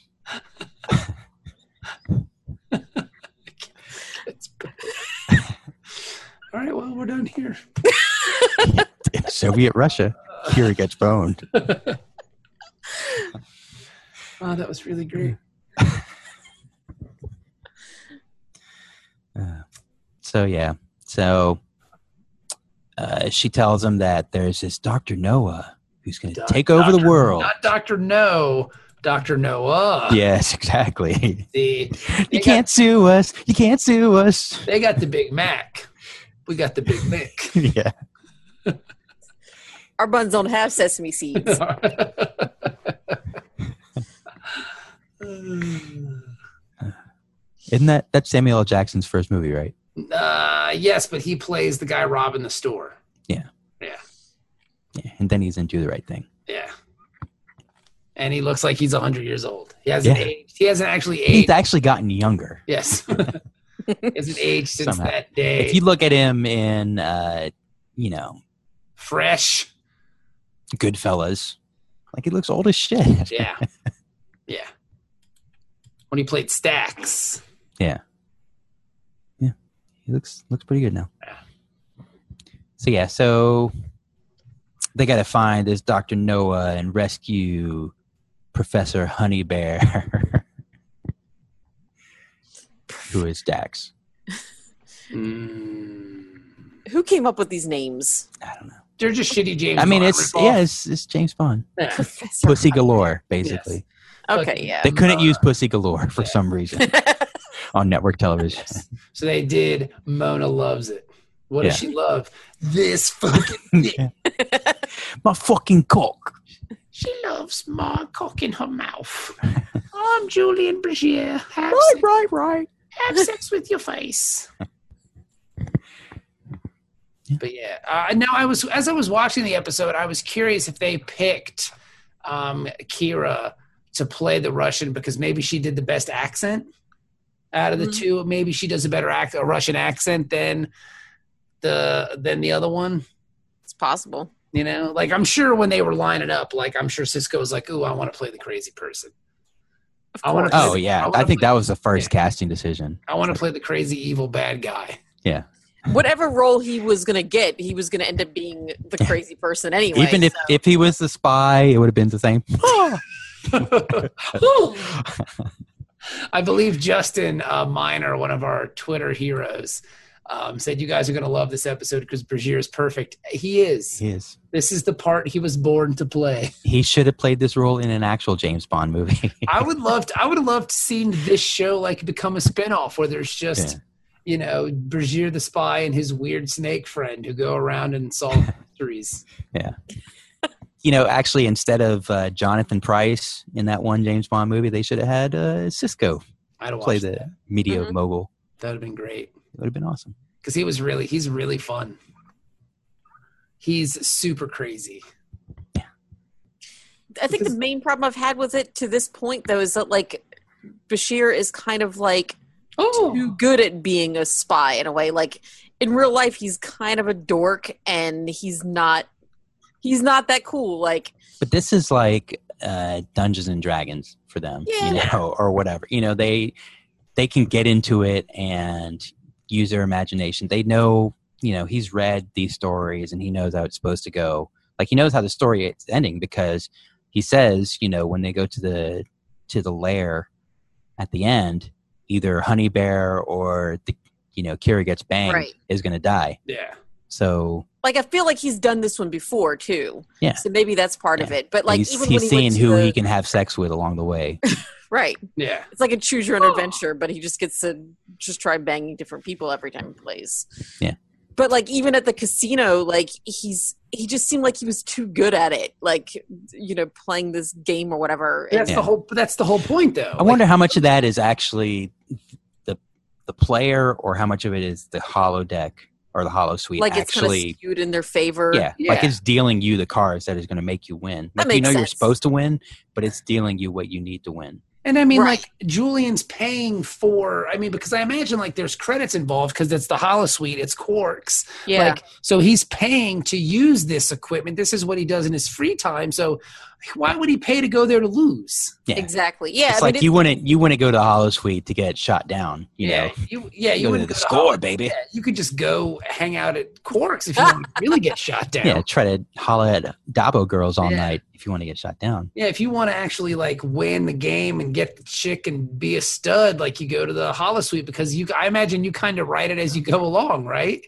It's bad. All right. Well, we're done here.
Soviet Russia. Kira gets boned.
Oh, that was really great.
So yeah. So uh, she tells him that there's this Doctor Noah who's going to
Doc-
Mm. take over the
Dr.
world.
Not Doctor No, Doctor Noah.
yes, exactly.
The,
you
got-
can't sue us. You can't sue us.
they got the Big Mac. We got the Big Mac.
yeah.
Our buns don't have sesame seeds.
Isn't that that's Samuel L. Jackson's first movie, right?
uh, yes, but he plays the guy robbing the store.
Yeah. And then he's in Do the Right Thing.
Yeah. And he looks like he's 100 years old. He hasn't
Yeah.
aged. He hasn't actually
He's
aged.
actually gotten younger.
yes. he hasn't aged since
Somehow.
that day.
If you look at him in, uh, you know,
Fresh.
Goodfellas, like he looks old as shit.
Yeah. yeah. When he played Stacks.
He looks looks pretty good now.
Yeah.
So yeah, so they got to find this Doctor Noah and rescue Professor Honeybear, who is Dax.
Mm.
Who came up with these names?
I don't know.
They're just shitty James.
I mean,
Bond
it's
ripoff.
yeah, it's, it's James Bond,
Yeah.
Professor.
Pussy Galore, basically.
Okay, yeah.
They couldn't use Pussy Galore for
Yeah.
some reason on network television.
So they did. Mona loves it. What does
Yeah.
she love? This fucking dick.
My fucking cock.
She loves my cock in her mouth. I'm Julian Brigier. Have,
Right,
sex,
right, right.
have sex with your face. But yeah, uh, no. I was as I was watching the episode, I was curious if they picked um, Kira to play the Russian because maybe she did the best accent out of the
Mhm.
two. Maybe she does a better act, a Russian accent than the than the other one.
It's possible.
You know, like I'm sure when they were lining up, like I'm sure Cisco was like, "Ooh, I want to play the crazy person.
Of
I wanna-
course.
Oh yeah, I think that was the first
Yeah.
casting decision.
I want to play the crazy evil bad guy."
Whatever role he was going to get, he was going to end up being the crazy person anyway.
Even if,
so-
if he was the spy, it would have been the same.
I believe Justin uh, Miner, one of our Twitter heroes, um, said you guys are going to love this episode because Brigier is perfect. He is.
He is.
This is the part he was born to play.
He should have played this role in an actual James Bond movie.
I would love. To, I would have loved seeing this show like become a spinoff where there's just.
Yeah.
You know, Brigier the spy and his weird snake friend who go around and solve mysteries.
you know, actually, instead of uh, Jonathan Price in that one James Bond movie, they should have had uh, Cisco
I'd watch
play the
that. Mm-hmm.
media
Mhm.
mogul.
That would have been great.
It would have been awesome.
because he was really he's really fun. He's super crazy.
I think the main problem I've had with it to this point, though, is that like Bashir is kind of like too
Oh,
good at being a spy in a way. Like in real life, he's kind of a dork, and he's not he's not that cool. Like
But this is like uh, Dungeons and Dragons for them, you
Yeah.
know, or whatever. You know, they they can get into it and use their imagination. They know, you know, he's read these stories and he knows how it's supposed to go. Like he knows how the story is ending because he says, you know, when they go to the to the lair at the end, either Honey Bear or the you know, Kira gets banged
Right.
is gonna die.
yeah.
So
like I feel like he's done this one before too.
Yeah.
So maybe that's part of it. But
like
like
he's,
even when
he's
he
seeing
went to
who
the,
he can have sex with along the way.
right.
Yeah.
It's like a choose your own adventure, but he just gets to just try banging different people every time he plays.
Yeah.
But like even at the casino, like he's he just seemed like he was too good at it, like you know, playing this game or whatever. And
That's the whole. That's the whole point, though.
I wonder how much of that is actually the the player, or how much of it is the hollow deck or the hollow suite
like it's kind of
actually.
skewed in their favor.
yeah, like
Yeah.
it's dealing you the cards that is going to make you win.
That
Like you
makes
know you're
sense.
supposed to win, but it's dealing you what you need to win.
And I mean,
Right.
like Julian's paying for. I mean, because I imagine like there's credits involved because it's the holosuite, it's quarks.
Yeah.
Like, so he's paying to use this equipment. This is what he does in his free time. So why would he pay to go there to lose?
Yeah,
Exactly. Yeah.
it's
I mean,
like
it-
you wouldn't you wouldn't go to the hollow suite to get shot down. You know,
you, yeah, you,
You go to
wouldn't
the
go to
score,
Hol-
baby.
Yeah, you could just go hang out at quarks if you want to really get shot down.
yeah, try to holla at Dabo girls all
Yeah.
night if you want to get shot down.
Yeah, if you want to actually like win the game and get the chick and be a stud, like you go to the holosuite because you. I imagine you kind of write it as you go along, right?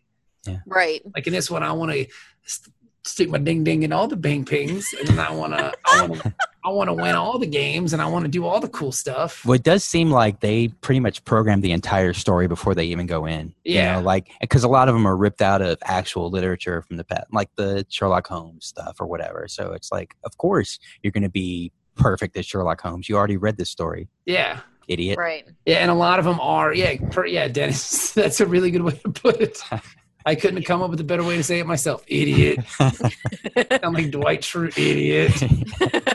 right.
Like in this one, I want to st- stick my ding ding in all the bang pings, and then I want to, I want to, I want to win all the games, and I want to do all the cool stuff.
Well, it does seem like they pretty much program the entire story before they even go in.
Yeah.
You know, like, because a lot of them are ripped out of actual literature from the past, like the Sherlock Holmes stuff or whatever. So it's like, of course, you're going to be perfect as Sherlock Holmes. You already read this story,
Yeah,
idiot.
Right.
yeah, and a lot of them are, yeah, per, yeah, Dennis. That's a really good way to put it. I couldn't have come up with a better way to say it myself. Idiot. I'm like Dwight Schrute, idiot.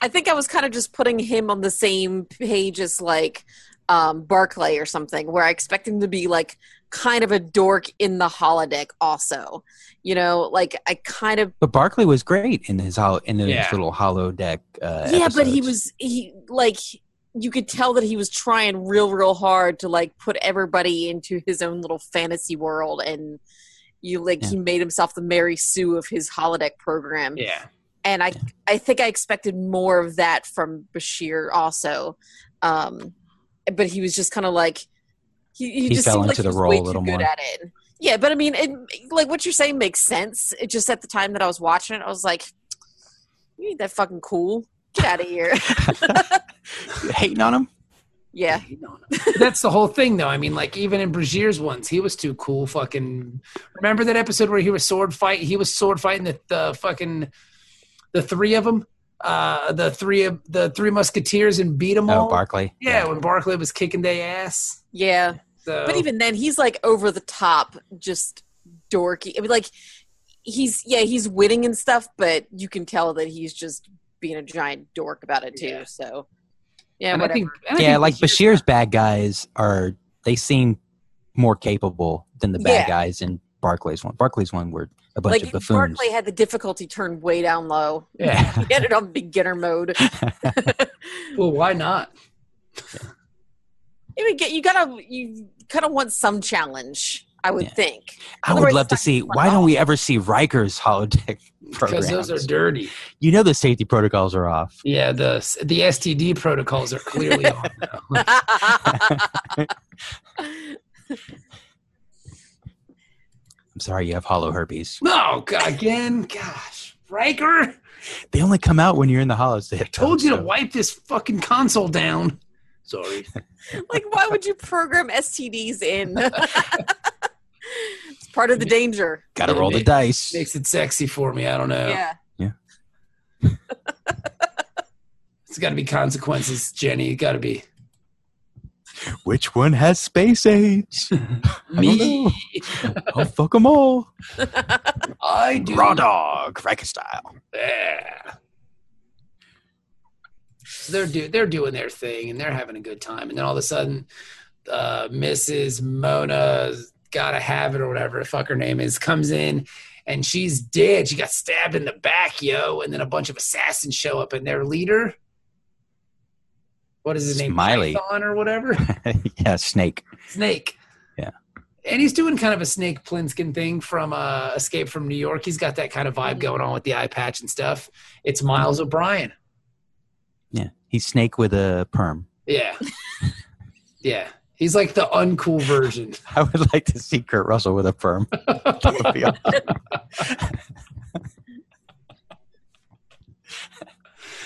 I think I was kind of just putting him on the same page as like um, Barclay or something, where I expect him to be like kind of a dork in the holodeck, also. You know, like I kind of
But Barclay was great in his hollow, in those
Yeah.
little hollow deck. Uh,
yeah, but he
episodes.
was he like you could tell that he was trying real real hard to like put everybody into his own little fantasy world and. You like he made himself the Mary Sue of his holodeck program,
Yeah,
and I I think I expected more of that from Bashir also, um, but he was just kind of like he, he,
He
just
fell
seemed like he
into the
was
role
way
a little
too good
more.
at it. Yeah, but I mean, it, like what you're saying makes sense. It just at the time that I was watching it, I was like, "You ain't that fucking cool. Get out of here."
hating on him.
yeah,
You don't know. That's the whole thing, though. I mean, like even in Brashear's ones, he was too cool. Fucking remember that episode where he was sword fight? He was sword fighting the, the fucking the three of them, uh, the three of the three musketeers, and beat them
Oh,
all.
Barclay.
yeah, when Barclay was kicking their ass.
yeah.
So,
But even then, he's like over the top, just dorky. I mean, like he's yeah, he's winning and stuff, but you can tell that he's just being a giant dork about it too.
Yeah.
So yeah,
and I
whatever.
think, and I
yeah,
think
like Bashir's bad guys are they seem more capable than the bad
Yeah.
guys in Barclays one. Barclays one were a bunch of
like
buffoons.
Barclay had the difficulty turned way down low.
Yeah.
He had it on beginner mode.
Well, why not?
It would get you gotta you kind of want some challenge, I would
Yeah.
think.
I would
Otherwise,
love
it's
to
not
see.
gonna work
Why don't
out.
we ever see Riker's holodeck
Because those are
programs?
dirty.
You know the safety protocols are off.
Yeah, the the STD protocols are clearly on. now.
I'm sorry, you have hollow herpes.
No, God, again, gosh, Riker.
They only come out when you're in the hollow state.
Told you to wipe this fucking console down. Sorry.
like why would you program STDs in? it's part of the danger.
Got to roll the
Makes-
dice.
Makes it sexy for me. I don't know.
yeah.
It's got to be consequences, Jenny. It got to be.
Which one has space age?
Me.
I'll fuck them all.
I do.
Raw dog, Riker style.
Yeah. So they're do they're doing their thing and they're having a good time, and then all of a sudden, uh, Mrs. Mona gotta have it or whatever the fuck her name is comes in. And she's dead. She got stabbed in the back, yo. And then a bunch of assassins show up, and their leader, what is his name?
Smiley.
Python or whatever.
yeah, snake.
Snake.
Yeah.
And he's doing kind of a Snake Plinskin thing from uh, Escape from New York. He's got that kind of vibe going on with the eye patch and stuff. It's Miles O'Brien.
Yeah, he's snake with a perm.
Yeah. yeah. He's like the uncool version.
I would like to see Kurt Russell with a perm. That would be awesome.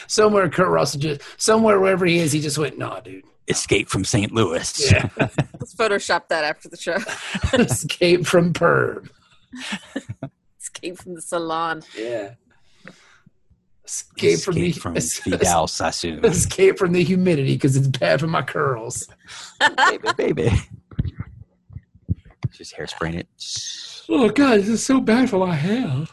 Somewhere Kurt Russell just somewhere wherever he is, he just went, nah, dude.
Escape from St. Louis.
Yeah.
Let's Photoshop that after the show.
Escape from Perm.
Escape from the salon.
Yeah. Escape,
Escape
from the
from Vidal Sassoon.
Escape from the humidity because it's bad for my curls.
baby, baby. Just hairspraying it.
Oh god, this is so bad for my hair.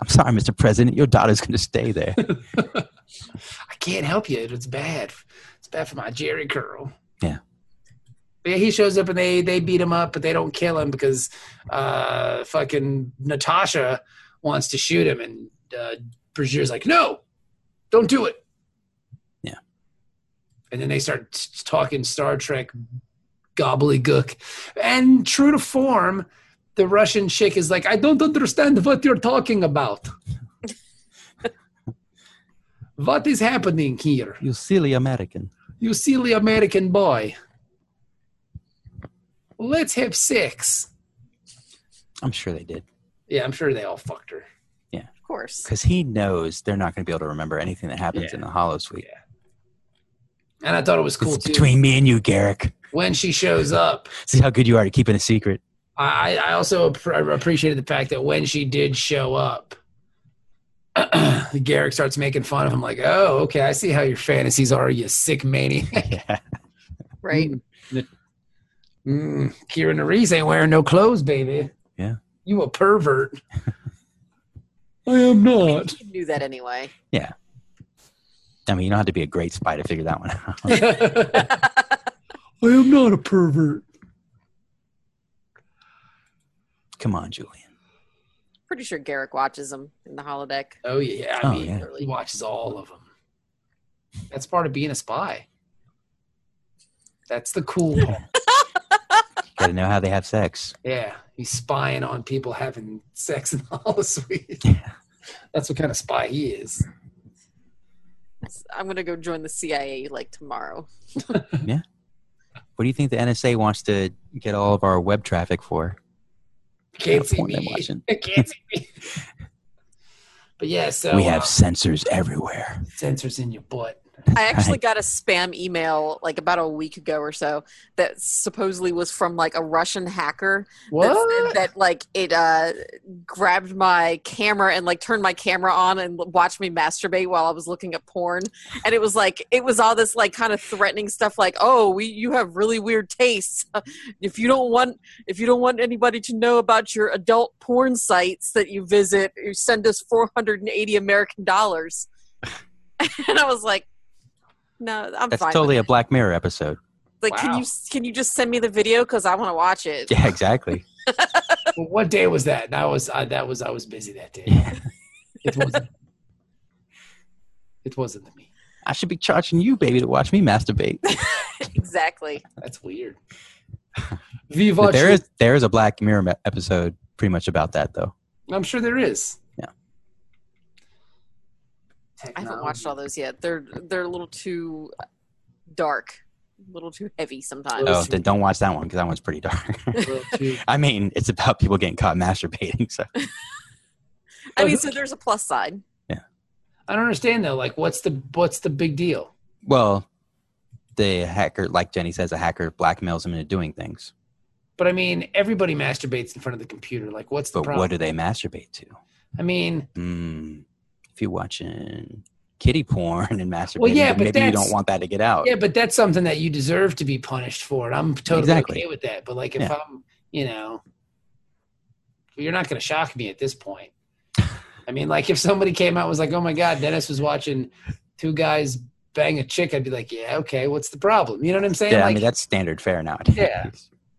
I'm sorry, Mr. President. Your daughter's going to stay there.
I can't help you. It's bad. It's bad for my Jerry curl.
Yeah.
But yeah, he shows up and they they beat him up, but they don't kill him because uh fucking Natasha wants to shoot him, and uh, Brazier's like, no, don't do it.
Yeah.
And then they start t- talking Star Trek gobbledygook, and true to form. The Russian chick is like, I don't understand what you're talking about. what is happening here?
you silly American.
You silly American boy. Let's have sex.
I'm sure they did.
Yeah, I'm sure they all fucked her.
Of course.
Because he knows they're not going to be able to remember anything that happens
Yeah.
in the Hollow Suite.
And I thought it was cool
it's
too.
between me and you, Garrick.
when she shows up,
See how good you are at keeping a secret.
I, I also app- I appreciated the fact that when she did show up, Garrick starts making fun of him, like, oh, okay, I see how your fantasies are, you sick maniac.
yeah.
Right.
Mm, Kira Nerys ain't wearing no clothes, baby.
Yeah.
You a pervert. I am not.
You knew that anyway.
I mean, you don't have to be a great spy to figure that one out.
I am not a pervert.
Come on, Julian.
Pretty sure Garrick watches them in the holodeck.
Oh yeah, I
Oh,
mean,
yeah.
he watches all of them. That's part of being a spy. That's the cool part.
You got to know how they have sex.
yeah, he's spying on people having sex in the holosuite.
Yeah.
That's what kind of spy he is.
I'm gonna go join the CIA like tomorrow.
What do you think the NSA wants to get all of our web traffic for?
Can't
What
see
porn they're
me.
watching.
Can't see me. But yeah, so
we have
uh,
sensors everywhere.
sensors in your butt.
I actually got a spam email like about a week ago or so that supposedly was from like a Russian hacker that
What?
said that like it uh grabbed my camera and like turned my camera on and l- watched me masturbate while I was looking at porn and it was like it was all this like kind of threatening stuff like oh we you have really weird tastes if you don't want if you don't want anybody to know about your adult porn sites that you visit you send us 480 American dollars and I was like no I'm
That's
fine
totally a Black Mirror episode.
like can
Wow.
you can you just send me the video cuz I want to watch it
Yeah, exactly.
Well, what day was that? That was I that was I was busy that day.
Yeah.
It wasn't. it wasn't me.
I should be charging you, baby, to watch me masturbate.
exactly
That's weird. We
But
watch.
there is there is a Black Mirror me- episode pretty much about that though.
I'm sure there is.
Yeah.
I haven't watched all those yet. They're they're a little too dark, a little too heavy sometimes.
Oh,
see.
then don't watch that one because that one's pretty dark.
Technology.
I mean, it's about people getting caught masturbating. So
I mean, so there's a plus side.
I don't understand though. Like, what's the what's the big deal?
well, the hacker, like Jenny says, a hacker blackmails him into doing things.
But I mean, everybody masturbates in front of the computer. Like, what's the
But
problem?
what do they masturbate to?
I mean,
Hmm. If you're watching kitty porn and masturbating,
yeah,
then
but
maybe you
that's-
don't want that to get out.
yeah, but that's something that you deserve to be punished for, and I'm totally
Exactly.
okay with that. But like, if
Yeah.
I'm, you know, you're not going to shock me at this point. I mean, like, if somebody came out and was like, "Oh my God, Dennis was watching two guys bang a chick, I'd be like, yeah, okay, what's the problem? You know what I'm saying?
Yeah, I
like,
mean that's standard fare nowadays.
Yeah.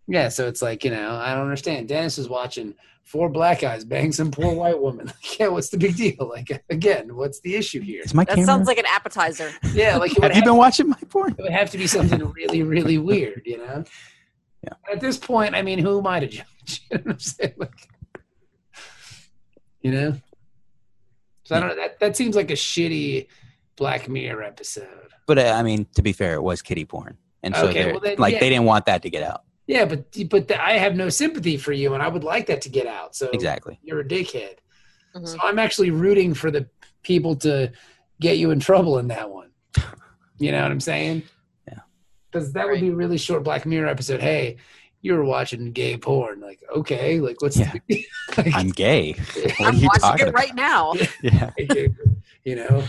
yeah, so it's like, you know, I don't understand. Dennis is watching four black guys bang some poor white woman. Like, yeah, what's the big deal? Like, again, what's the issue here?
Is my
That
camera?
sounds like an appetizer.
Yeah, like, it would
Have you been watching my porn?
It would have to be something really, really weird, you know?
Yeah.
At this point, I mean, who am I to judge? You know what I'm saying? Like, you know? So I don't know. That, that seems like a shitty Black Mirror episode.
But uh, I mean, to be fair, it was kitty porn, and so
Okay,
they're
well then,
like
yeah.
they didn't want that to get out.
Yeah, but but the, I have no sympathy for you, and I would like that to get out. So
Exactly.
you're a dickhead.
Mhm.
So I'm actually rooting for the people to get you in trouble in that one. You know what I'm saying?
Yeah.
Because that would be a really short Black Mirror episode. Hey, you were watching gay porn. Like, okay, like what's
Yeah.
the big deal?
I'm gay. What are
I'm
you
watching
talking
it right now.
about? Yeah.
Like, you know,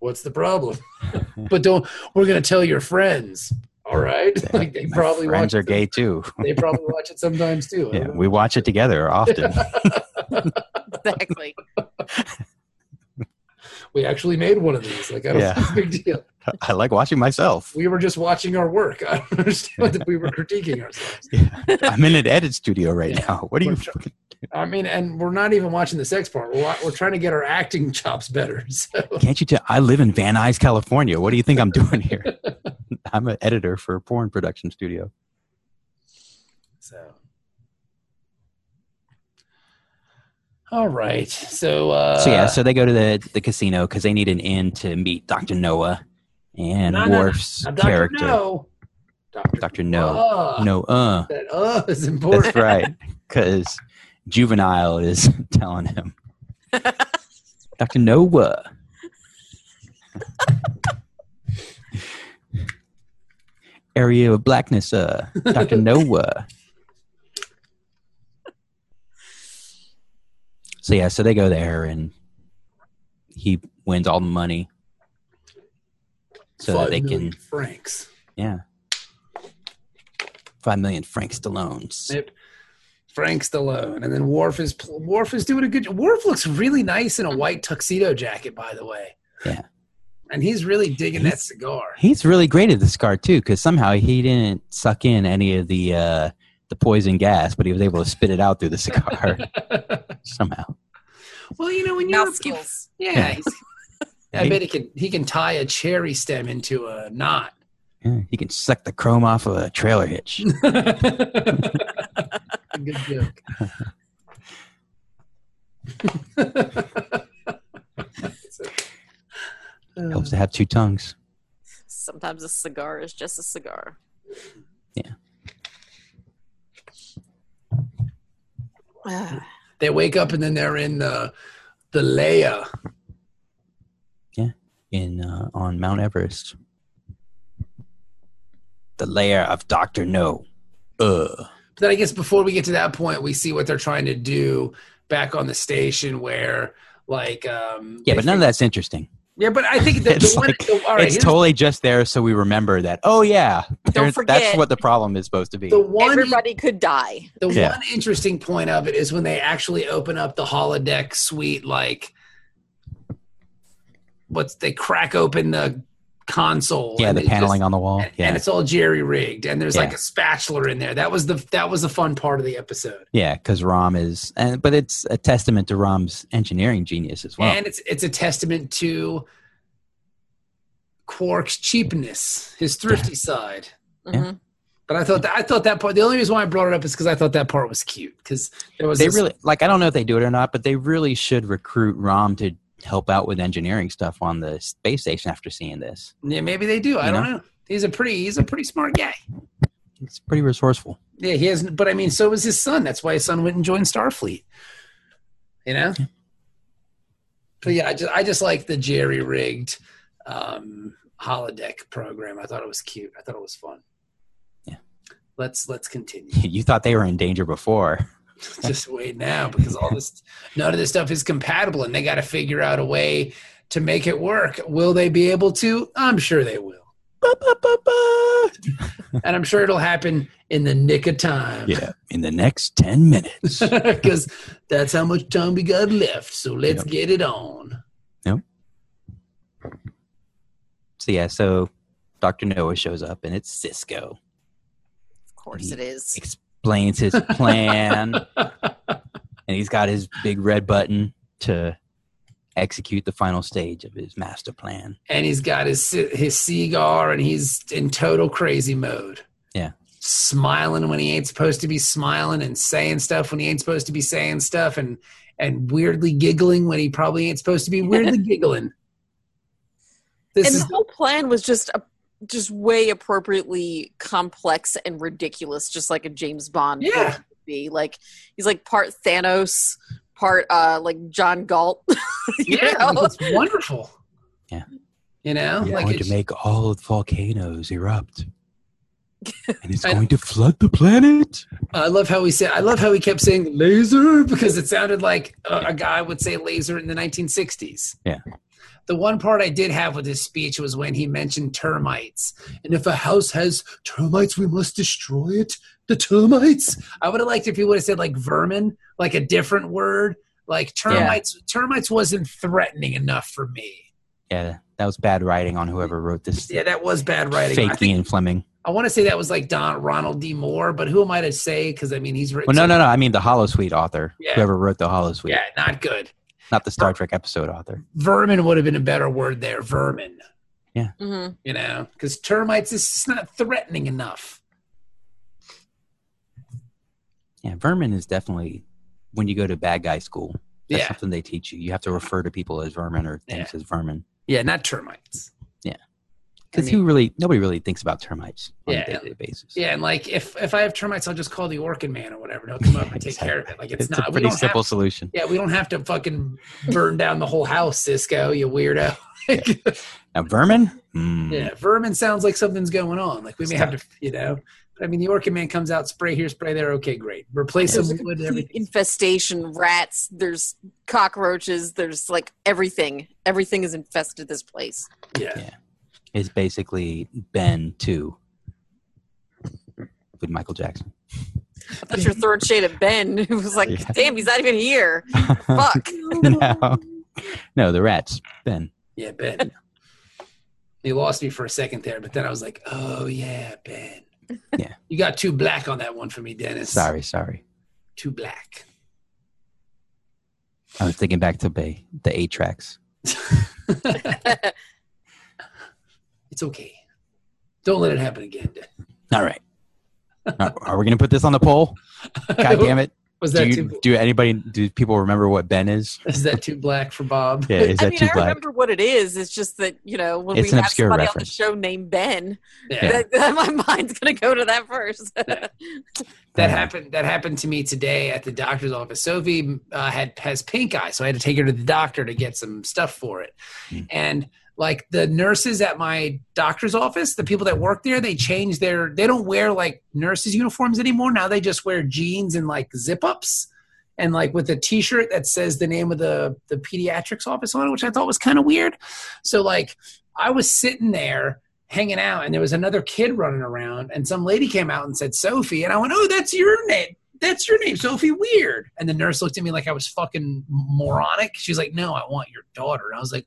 what's the problem? but don't we're gonna tell your friends. All right. Like they
My
probably
friends
watch
are
it-
gay too.
They probably watch it sometimes too. I
Yeah,
don't know.
we watch it together often.
Exactly.
We actually made one of these. Like I don't
Yeah.
it's a big deal.
I like watching myself.
We were just watching our work. I don't understand that we were critiquing ourselves.
I'm in an edit studio right
Yeah.
now. What are
We're
you?
tr-
fucking-
I mean, and we're not even watching the sex part. We're, wa- we're trying to get our acting chops better. So
Can't you tell? I live in Van Nuys, California. What do you think I'm doing here? I'm an editor for a porn production studio.
So. All right. So, uh,
so yeah, so they go to the the casino because they need an inn to meet Doctor Noah and
No, no, no.
Worf's
now, Dr.
character.
No. Dr.
Doctor No.
Ah,
No, uh,
That uh is important.
that's right. Because juvenile is telling him, Doctor Noah. Area of blackness, uh, Doctor Noah. So yeah, so they go there and he wins all the money, so that
Five
they
million
can
francs.
yeah. Five million francs Stallone's.
Yep. Frank Stallone, and then Worf is pl- Worf is doing a good. Worf looks really nice in a white tuxedo jacket, by the way.
Yeah.
And he's really digging that
He's-
cigar.
He's really great at this car too, because somehow he didn't suck in any of the uh, the poison gas, but he was able to spit it out through the cigar somehow.
well, you know when you're
Mouth
a-
skills.
Yeah. he's- I
He-
bet he can he can tie a cherry stem into a knot.
Yeah, he can suck the chrome off of a trailer hitch.
Good joke.
Helps to have two tongues.
Sometimes a cigar is just a cigar.
Yeah.
Ah,
they wake up and then they're in the the Leia.
in uh, on Mount Everest. The lair of Doctor No. Uh,
But then I guess before we get to that point, we see what they're trying to do back on the station where like um
yeah, but none of that's interesting.
yeah but i think the, the
It's
one
like-
the, all right,
it's
here's
totally just there so we remember that. Oh yeah, there's-
forget-
that's what the problem is supposed to be.
the one
Everybody could die.
The
Yeah.
one interesting point of it is when they actually open up the holodeck suite, like what's they crack open the console.
yeah,
and
the
they just-
paneling on the wall.
and,
yeah,
and it's all jerry rigged, and there's like
Yeah.
a spatula in there. That was the that was the fun part of the episode,
yeah, because Rom is, and but it's a testament to Rom's engineering genius as well.
and it's it's a testament to Quark's cheapness, his thrifty side.
Mhm.
But I thought that, I thought that part. The only reason why I brought it up is because I thought that part was cute because there was
they
this-
really like. I don't know if they do it or not, but they really should recruit Rom to help out with engineering stuff on the space station after seeing this.
Yeah, maybe they do. I
You
don't know. He's a pretty he's a pretty smart guy.
It's pretty resourceful.
Yeah, he has but I mean so was his son. That's why his son went and joined Starfleet. You know? But yeah, I just I just like the jerry rigged um holodeck program. I thought it was cute. I thought it was fun.
Yeah.
Let's let's continue.
you thought they were in danger before.
just wait now because all this none of this stuff is compatible and they gotta figure out a way to make it work. Will they be able to? I'm sure they will. and I'm sure it'll happen in the nick of time.
Yeah, in the next 10 minutes.
Because that's how much time we got left. So let's
Yep.
get it on.
Yep. So yeah, so Doctor Noah shows up, and it's Cisco.
Of course it is.
Explains his plan, and he's got his big red button to execute the final stage of his master plan.
and he's got his ci- his cigar and he's in total crazy mode.
Yeah.
Smiling when he ain't supposed to be smiling and saying stuff when he ain't supposed to be saying stuff and and weirdly giggling when he probably ain't supposed to be weirdly giggling. This
and
is
the whole plan was just a, just way appropriately complex and ridiculous, just like a James Bond
Yeah.
villain would be. Like he's like part Thanos, part uh like John Galt. you
yeah,
know?
it's wonderful.
Yeah.
You know,
It's
like
going
it's,
to make all of the volcanoes erupt, and it's
I-
going to flood the planet.
I love how he said. I love how he kept saying laser because it sounded like a, a guy would say laser in the 1960s.
Yeah.
The one part I did have with his speech was when he mentioned termites, and if a house has termites, we must destroy it. The termites. I would have liked if he would have said like vermin, like a different word. Like termites. Termites wasn't threatening enough for me.
Yeah, that was bad writing on whoever wrote this.
Yeah, that was bad writing. I
Fake
think
Ian Fleming.
I want to say that was like Don Ronald D. Moore, but who am I to say? Because I mean, he's written.
Well, no, no, no. I mean the Hollow Suite author.
Yeah.
Whoever wrote the Hollow Suite,
Yeah, not good.
not the Star Trek episode author.
vermin would have been a better word there vermin
Mhm.
you know because termites is just not threatening enough
Yeah, vermin is definitely when you go to bad guy school. That's
yeah
something they teach you. You have to refer to people as vermin or things as vermin.
yeah not termites
Because
I mean-
who really, nobody really thinks about termites on
Yeah.
a day-to-day basis.
yeah and like if if i have termites i'll just call the orchid man or whatever and he'll come up and take care of it like it's,
It's,
not
a
we
pretty
don't
simple
have,
solution.
yeah we don't have to fucking burn down the whole house cisco you weirdo
Now, vermin? Mm,
yeah vermin sounds like something's going on like we may have to you know but i mean the orchid man comes out spray here spray there okay great replace
There's
them
a
with wood and
complete
everything
infestation, rats. There's cockroaches. There's like everything. Everything is infested. This place.
yeah
Is basically Ben 2 with Michael Jackson.
That's your third shade of Ben. Who was like,
Yeah.
damn, he's not even here. Fuck.
no. no, the rats. Ben.
Yeah, Ben. he lost me for a second there, but then I was like, oh, yeah, Ben.
Yeah.
You got too black on that one for me, Dennis.
Sorry, sorry.
Too black.
I was thinking back to the, the eight tracks.
It's okay. Don't let it happen again. Den-
All right. Are, are we going to put this on the poll? God damn it.
Was
Do,
that,
you,
too,
do anybody, do people remember what Ben is?
is that too black for Bob?
Yeah, is
I
that
mean,
too
I
black?
remember what it is. It's just that you know when
It's
we
an
have
obscure
somebody
reference.
on the show named Ben,
Yeah.
that, my mind's gonna go to that first.
That
Uh-huh.
happened. That happened to me today at the doctor's office. Sophie uh, had has pink eye, so I had to take her to the doctor to get some stuff for it.
Mm.
And like the nurses at my doctor's office, the people that work there, they change their. They don't wear like nurses uniforms anymore. Now they just wear jeans and like zip ups, and like with a t shirt that says the name of the the pediatrics office on it, which I thought was kind of weird. So like I was sitting there hanging out and there was another kid running around and some lady came out and said sophie and i went oh that's your name that's your name sophie weird and the nurse looked at me like i was fucking moronic she's like no i want your daughter and i was like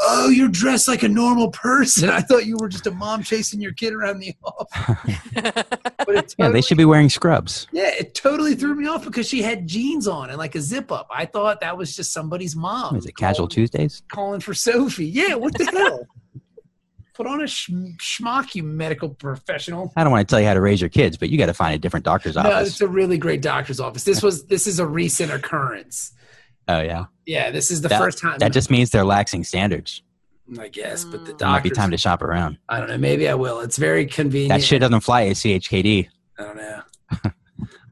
oh you're dressed like a normal person i thought you were just a mom chasing your kid around the office but it
Yeah,
totally-
they should be wearing scrubs.
yeah it totally threw me off because she had jeans on and like a zip up i thought that was just somebody's mom
Is it Casual
calling-
Tuesdays?
calling for Sophie. Yeah, what the hell? Put on a sh- schmuck, you medical professional.
I don't want to tell you how to raise your kids, but you got to find a different doctor's
No,
office.
it's a really great doctor's office. This was this is a recent occurrence.
Oh yeah,
Yeah, this is the first time.
that just means they're laxing standards.
I guess, but the
Mm.
There might be
doctor.
time to shop around.
I don't know. Maybe I will. It's very convenient.
That shit doesn't fly at CHKD.
I don't know.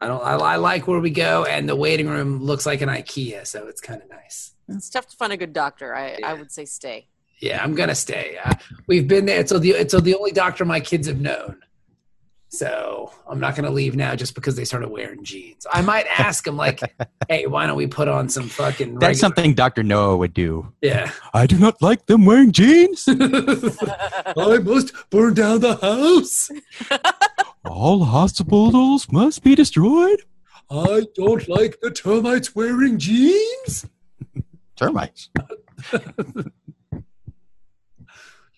I don't. I, I like where we go, and the waiting room looks like an IKEA, so it's kind of nice.
it's tough to find a good doctor. I, I would say stay.
Yeah, I'm gonna stay. Uh, we've been there. It's the it's the only doctor my kids have known. So I'm not gonna leave now just because they started wearing jeans. I might ask them like, "Hey, why don't we put on some fucking?" regular-
That's something Doctor Noah would do.
Yeah.
I do not like them wearing jeans.
I must burn down the house.
All hospitals must be destroyed.
I don't like the termites wearing jeans.
Termites.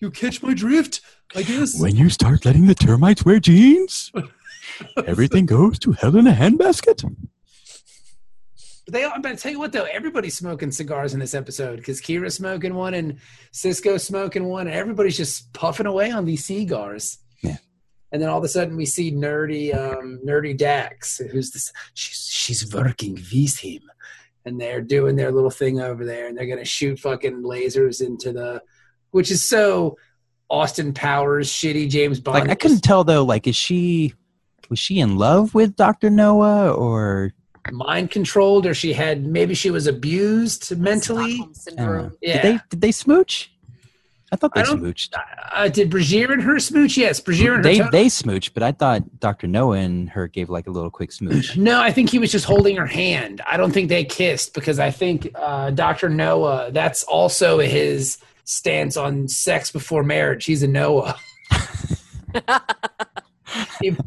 You catch my drift, I guess.
When you start letting the termites wear jeans, everything goes to hell in a handbasket.
They, I'm going to tell you what though, everybody's smoking cigars in this episode because Kira's smoking one and Cisco's smoking one, and everybody's just puffing away on these cigars.
Yeah.
And then all of a sudden we see nerdy, um, nerdy Dax, who's this? She's she's working with him, and they're doing their little thing over there, and they're going to shoot fucking lasers into the, which is so Austin Powers, shitty James Bond.
Like I couldn't tell though. Like is she was she in love with Doctor Noah or
mind controlled, or she had maybe she was abused mentally.
Stockholm syndrome.
Yeah.
did they did they smooch? I thought they
I don't-
smooched.
Uh, did Brazier and her smooch? Yes, Brazier and her.
They
toe-
they smooched, but I thought Doctor Noah and her gave like a little quick smooch.
no, I think he was just holding her hand. I don't think they kissed because I think uh, Dr. Noah, that's also his stance on sex before marriage. He's a Noah. he,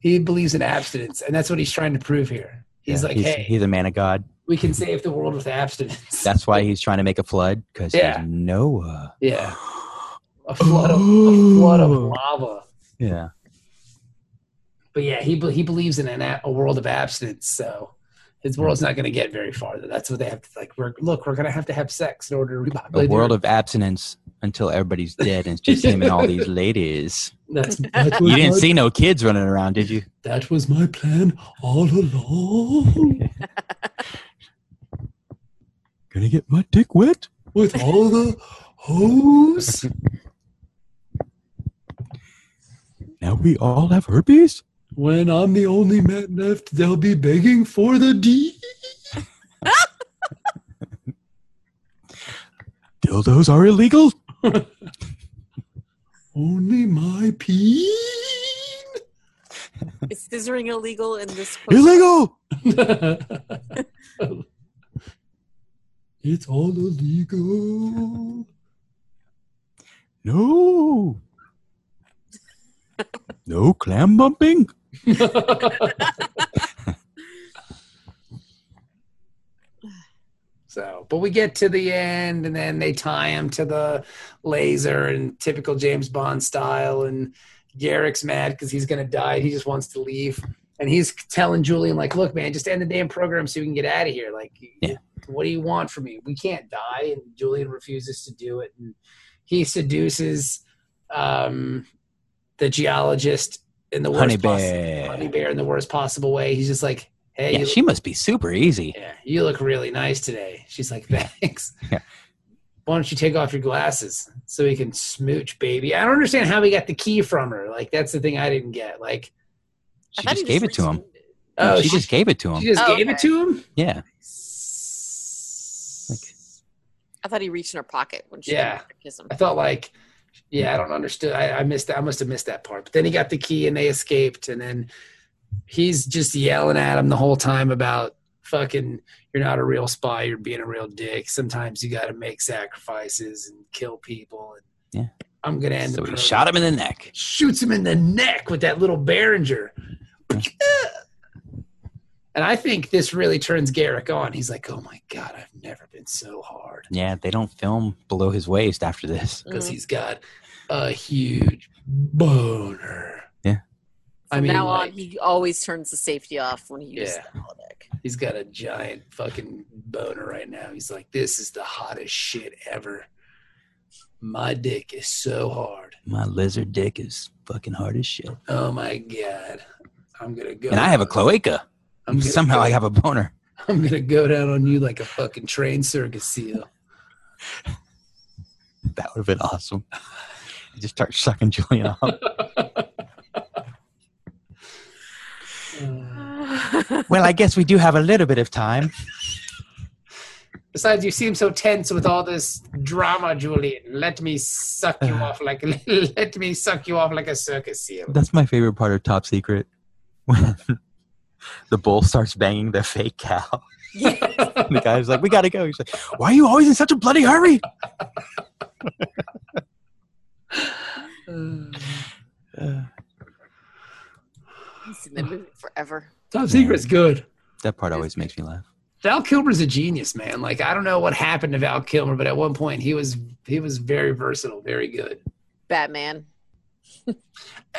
he believes in abstinence, and that's what he's trying to prove here. He's
Yeah,
like,
he's,
hey,
he's a man of God.
we can save the world with abstinence.
That's why he's trying to make a flood because
Yeah.
he's Noah.
yeah. A flood of, a flood of lava.
Yeah.
but yeah, he be- he believes in an a-, a world of abstinence. So
Hmm.
his world's not going to get very far. That's what they have to like. We're, look, we're going to have to have sex in order to
A
repopulate. the
world
Earth.
of abstinence until everybody's dead and it's just him and all these ladies.
That's, that, was
You didn't
my,
see no kids running around, did you?
that was my plan all along.
Gonna get my dick wet?
With all the hoes,
Now we all have herpes?
when I'm the only man left, they'll be begging for the D.
Dildos are illegal?
Only my pee.
Is scissoring illegal in this?
uh, Illegal!
it's all illegal.
No. No clam bumping?
so, but we get to the end, and then they tie him to the laser and typical James Bond style. And Garrick's mad because he's going to die. He just wants to leave. And he's telling Julian, like, look, man, just end the damn program so we can get out of here. Like,
Yeah.
what do you want from me? We can't die. And Julian refuses to do it. And he seduces um, the geologist in the worst
Honey
possi-
bear.
Honey Bear in the worst possible way. He's just like, hey,
Yeah,
you,
she must be super easy.
yeah, you look really nice today. She's like, thanks.
Yeah.
Why don't you take off your glasses so we can smooch, baby? I don't understand how he got the key from her. Like, that's the thing I didn't get. Like,
She just gave it to him.
oh,
she, just gave it to him.
she just
Oh,
gave it
okay.
to him?
yeah.
I thought he reached in her pocket when she
Yeah.
kiss him.
I thought, like, yeah, I don't understand. I, I missed that. I must have missed that part. But then he got the key and they escaped. And then he's just yelling at him the whole time about fucking, you're not a real spy. You're being a real dick. Sometimes you got to make sacrifices and kill people. And
Yeah.
I'm going to end
So
the
he
program.
shot him in the neck.
shoots him in the neck with that little Behringer. And I think this really turns Garrick on. He's like, oh my God, I've never been so hard.
Yeah, they don't film below his waist after this.
Because
Mhm.
he's got a huge boner.
Yeah.
I
From
mean,
now on,
like,
he always turns the safety off when he uses
Yeah.
the holodeck.
he's got a giant fucking boner right now. He's like, this is the hottest shit ever. My dick is so hard.
My lizard dick is fucking hard as shit.
Oh my God. I'm going to go.
And I have a cloaca.
I'm gonna
Somehow
go-
I have a boner.
I'm gonna go down on you like a fucking train circus seal.
That would have been awesome. I just start sucking Julian off.
Uh,
well, I guess we do have a little bit of time.
besides, you seem so tense with all this drama, Julian. Let me suck
Uh.
you off like let me suck you off like a circus seal.
That's my favorite part of Top Secret. When the bull starts banging the fake cow. And the guy's like, We gotta go. He's like, Why are you always in such a bloody hurry?
Uh,
Uh,
He's in the movie forever.
Top Secret's good.
that part always makes me laugh.
Val Kilmer's a genius, man. Like I don't know what happened to Val Kilmer, but at one point he was he was very versatile, very good.
Batman.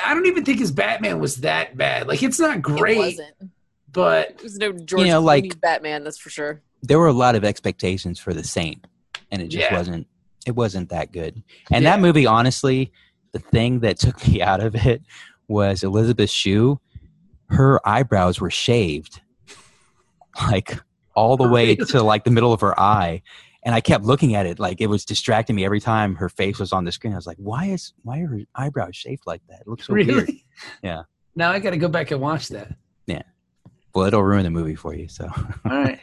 I don't even think his Batman was that bad. Like it's not
It
great,
wasn't.
but
It was no George
know,
Clooney
like-
Batman, that's for sure.
there were a lot of expectations for the Saint, and it just
Yeah.
wasn't. It wasn't that good. And
Yeah.
that movie, honestly, the thing that took me out of it was Elizabeth Shue. Her eyebrows were shaved, like all the way to like the middle of her eye, and I kept looking at it like it was distracting me every time her face was on the screen. I was like, "Why is why are her eyebrows shaved like that? It looks so weird."
really,
Yeah.
Now I got to go back and watch that.
Well, it'll ruin the movie for you. So
All right.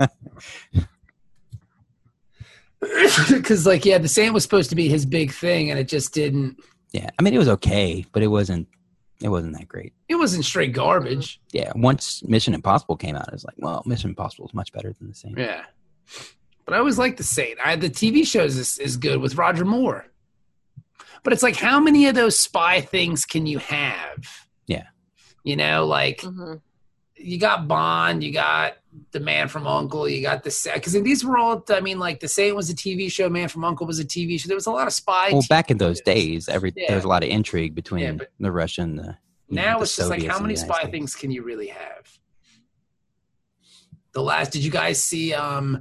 Because like yeah, the Saint was supposed to be his big thing, and it just didn't.
yeah, I mean it was okay, but it wasn't it wasn't that great.
It wasn't straight garbage.
yeah, once Mission Impossible came out, it was like, well, Mission Impossible is much better than the same.
Yeah. But I always liked the Saint. I the TV shows is, is good with Roger Moore. But it's like how many of those spy things can you have?
Yeah.
You know, like
Mhm.
you got Bond, you got The Man from Uncle, you got the because these were all. I mean, like The Saint was a TV show, Man from Uncle was a TV show. There was a lot of spy.
Well,
TV
back in those
shows.
days, every
Yeah.
there was a lot of intrigue between
Yeah, but-
the Russian. The, you know,
Now
the
it's just like
Soviets
how
and
many
the United
spy
States.
things can you really have? The last. Did you guys see um
Now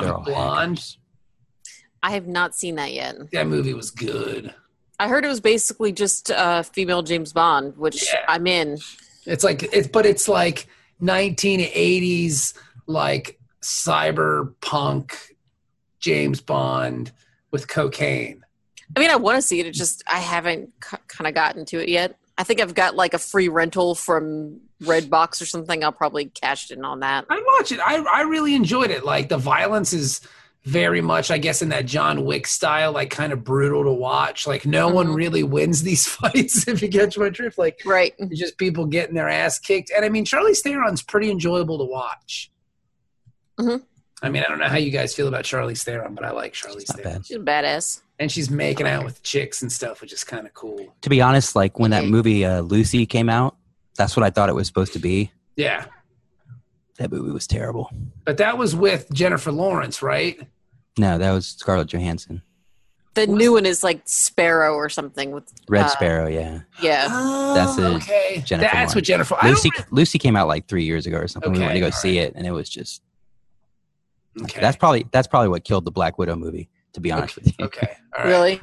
they're all
Atomic Blonde?
hackers.
I have not seen that yet.
That movie was good.
I heard it was basically just uh, female James Bond, which
Yeah.
I'm in.
It's like it's but it's like 1980s like cyberpunk James Bond with cocaine.
I mean, I want to see it. It just I haven't c- kind of gotten to it yet. I think I've got like a free rental from Redbox or something. I'll probably cash in on that.
I'd watch it. I I really enjoyed it. Like the violence is very much, I guess, in that John Wick style, like kind of brutal to watch. Like no one
Mhm.
really wins these fights if you catch my drift. Like
Right.
It's just people getting their ass kicked. And I mean, Charlie Theron's pretty enjoyable to watch.
Mhm.
I mean, I don't know how you guys feel about Charlie Theron, but I like Charlie
Not
Theron.
bad.
She's a badass.
And she's making out with chicks and stuff, which is kind of cool.
To be honest, like when that
Mhm.
movie uh, Lucy came out, that's what I thought it was supposed to be.
Yeah.
That movie was terrible.
But that was with Jennifer Lawrence, right?
No, that was Scarlett Johansson,
The
What's-
new one is like Sparrow or something with
Red
Uh,
Sparrow. Yeah,
yeah.
Oh,
That's it.
okay.
Jennifer
That's what
Lawrence.
Jennifer. I
Lucy
don't
Lucy came out like three years ago or something. we
Okay,
went to go
all
see it, and it was just
really- okay.
that's probably that's probably what killed the Black Widow movie. To be honest with you,
okay. All right.
Really?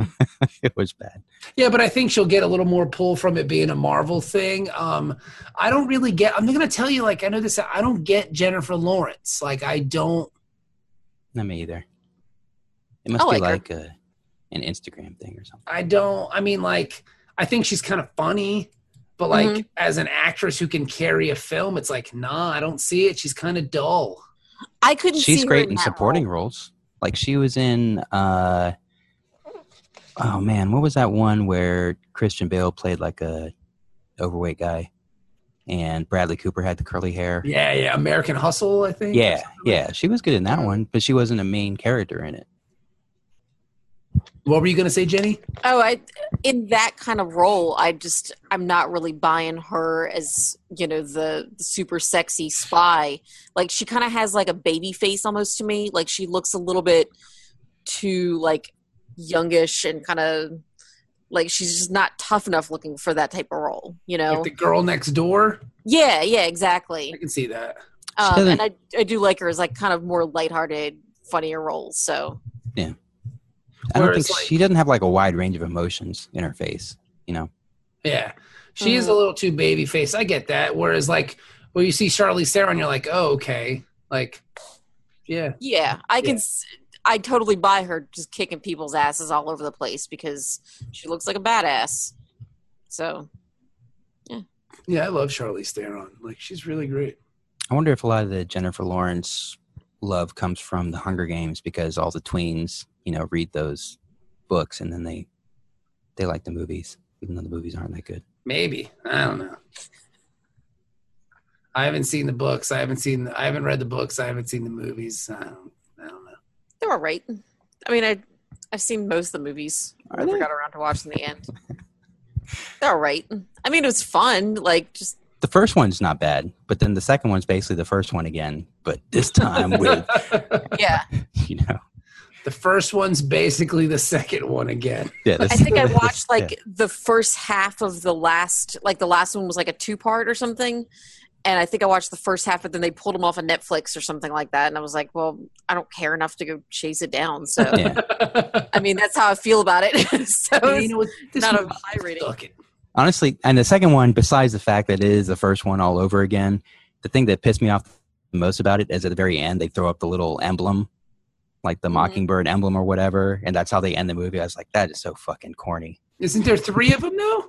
it was bad.
Yeah, but I think she'll get a little more pull from it being a Marvel thing. Um, I don't really get. I'm going to tell you, like, I know this. I don't get Jennifer Lawrence. Like, I don't.
Not me either. It must
Oh, I
be
like
like a, an Instagram thing or something.
I don't. I mean, like, I think she's kind of funny, but like, as an actress who can carry a film, it's like, nah, I don't see it. She's kind of dull.
I couldn't. see
She's
her
great in
that
supporting
role.
roles. Like she was in uh oh man, what was that one where Christian Bale played like a overweight guy and Bradley Cooper had the curly hair?
Yeah, yeah. American Hustle, I think. or
Yeah,
something like-
yeah, she was good in that one, but she wasn't a main character in it.
What were you going to say, Jenny?
Oh, I in that kind of role, I just I'm not really buying her as you know the, the super sexy spy. Like she kind of has like a baby face almost to me. Like she looks a little bit too like youngish and kind of like she's just not tough enough looking for that type of role. You know?
Like the girl next door.
yeah, yeah, exactly.
I can see that.
Um,
doesn't-
and I I do like her as like kind of more lighthearted, funnier roles. So
I don't
Whereas,
think
like-
she doesn't have like a wide range of emotions in her face, you know.
Yeah. She is a little too baby faced. I get that. Whereas like when you see Charlize Theron, you're like, oh, okay. Like yeah.
Yeah, I
Yeah.
can. s I I totally buy her just kicking people's asses all over the place because she looks like a badass. So
Yeah, I love Charlize Theron. Like she's really great.
I wonder if a lot of the Jennifer Lawrence love comes from the Hunger Games because all the tweens, you know, read those books and then they they like the movies, even though the movies aren't that good.
Maybe. I don't know. I haven't seen the books. I haven't seen I haven't read the books. I haven't seen the movies. I don't, I don't know.
they're all right. I mean, I I've seen most of the movies.
Are
I
they?
never got around to watching the end. they're all right. I mean, it was fun. Like just
The first one's not bad, but then the second one's basically the first one again, but this time with
yeah.
you know
The first one's basically the second one again.
Yeah,
I
this-
think I
this-
watched like
yeah.
the first half of the last, like the last one was like a two part or something. And I think I watched the first half, but then they pulled them off of Netflix or something like that. And I was like, well, I don't care enough to go chase it down. So,
Yeah.
I mean, that's how I feel about it. so,
you know what? This
not a
movie
high rating.
suck it.
Honestly, and the second one, besides the fact that it is the first one all over again, the thing that pissed me off the most about it is at the very end they throw up the little emblem, like the
Mhm.
mockingbird emblem or whatever, and that's how they end the movie. I was like, that is so fucking corny.
Isn't there three of them now?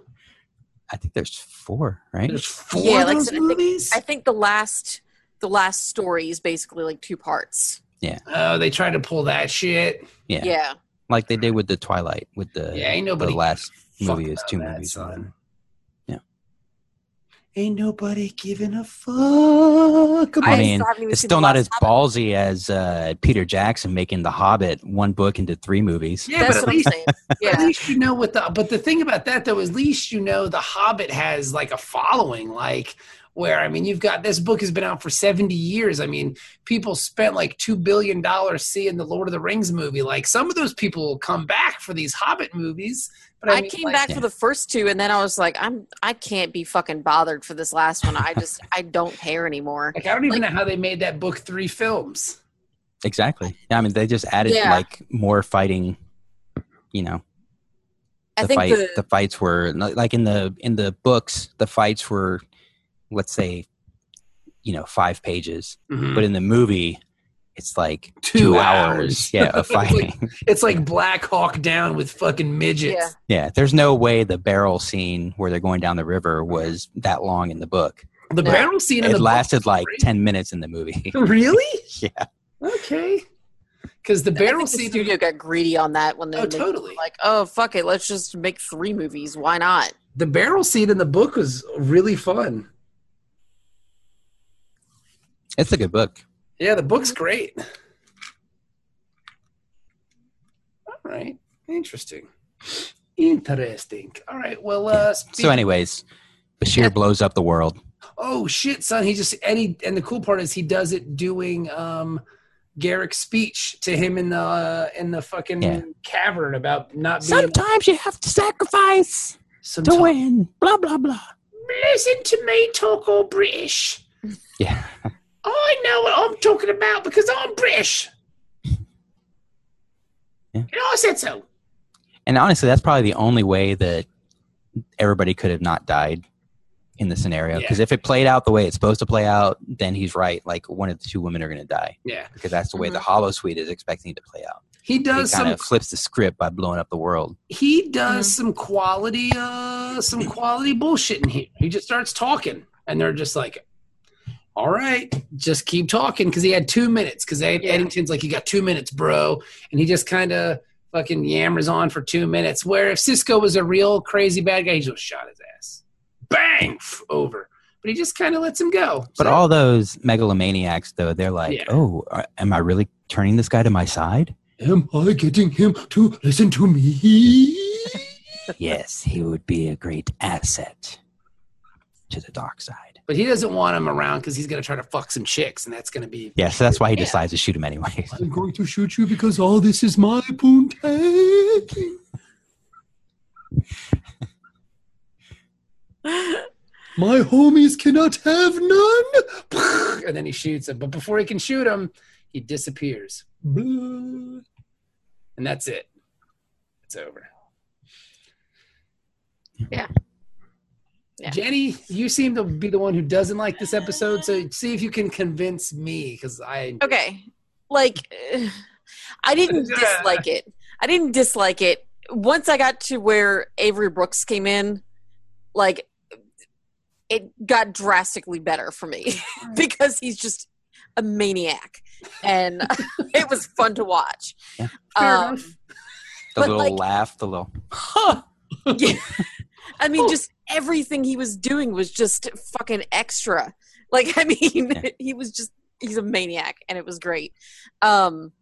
I think there's four, right?
There's four
Yeah,
of
like I
those
said, I think-
movies.
I think the last, the last story is basically like two parts.
oh, they tried to pull that shit.
Yeah.
yeah.
like they did with the Twilight, with the
yeah, ain't nobody.
the last
fuck
movie is
about
two
that,
movies.
son.
on. Yeah.
Ain't nobody giving a fuck. About
I
I
mean,
still haven't even
It's
seen
still
the
not as
last Hobbit.
ballsy as uh, Peter Jackson making The Hobbit one book into three movies.
yeah, but
That's
at
what I'm
least,
saying.
at
Yeah.
least you know what the. But the thing about that though, at least you know the Hobbit has like a following, like. Where I mean, you've got this book has been out for seventy years. I mean, people spent like two billion dollars seeing the Lord of the Rings movie. Like some of those people will come back for these Hobbit movies. But I,
I
mean,
came
like,
back
Yeah.
for the first two, and then I was like, "I'm I can't be fucking bothered for this last one. I just I don't care anymore."
Like I don't even know how they made that book three films.
Exactly. Yeah, I mean, they just added
Yeah.
like more fighting. You know,
I
the
think
fight,
the,
the fights were like in the in the books, the fights were, let's say, you know, five pages, but in the movie, it's like
Two hours.
Yeah, of fighting.
It's like Black Hawk Down with fucking midgets.
Yeah.
yeah, there's no way the barrel scene where they're going down the river was that long in the book.
The
Yeah.
barrel scene in
it
the
lasted like
great.
ten minutes in the movie.
book- Really?
yeah,
Okay. Because the
I think the
barrel scene.
studio got greedy on that when they
oh,
made-
totally.
like, "Oh fuck it, let's just make three movies. Why not?"
The barrel scene in the book was really fun.
it's a good book.
Yeah, the book's great. All right. Interesting. Interesting. All right. Well, uh, speak-
So, anyways, Bashir
Yeah.
blows up the world.
oh shit, son. He just and he and the cool part is he does it doing um Garrick's speech to him in the uh, in the fucking
Yeah.
cavern about not being
Sometimes you have to sacrifice to
Sometimes-
win. Blah blah blah.
Listen to me talk all British.
Yeah,
I know what I'm talking about because I'm British.
Yeah.
And I said so.
and honestly, that's probably the only way that everybody could have not died in the scenario.
Yeah.
Because if it played out the way it's supposed to play out, then he's right. Like one of the two women are going to die
Yeah.
because that's the way the Hollow Suite is expecting it to play out.
He
He
Mm-hmm. does some
kind of flips the script by blowing up the world.
he does some quality uh some quality bullshit in here. He just starts talking and they're just like all right, just keep talking because he had two minutes. Because Eddington's like, you got two minutes, bro, and he just kind of fucking yammers on for two minutes. Where if Cisco was a real crazy bad guy, he just shot his ass, bang, pff, over. But he just kind of lets him go.
But
So-
all those megalomaniacs, though, they're like,
Yeah.
"Oh, are- am I really turning this guy to my side?"
Am I getting him to listen to me?
yes, he would be a great asset to the dark side.
But he doesn't want him around because he's going to try to fuck some chicks, and that's going to be.
Yeah, so that's why he
Yeah.
decides to shoot him anyway.
I'm going to shoot you because all this is my punta. My homies cannot have none. And then he shoots him. But before he can shoot him, he disappears. And that's it. It's over.
Yeah. Yeah.
Jenny, you seem to be the one who doesn't like this episode, so see if you can convince me because I
Okay, like I didn't dislike it. I didn't dislike it. Once I got to where Avery Brooks came in, like it got drastically better for me because he's just a maniac, and it was fun to watch.
Yeah.
Fair
Um,
enough.
The
But,
little
like-
laugh, the little
I mean, just everything he was doing was just fucking extra. Like, I mean,
Yeah.
he was just, he's a maniac and it was great. Um,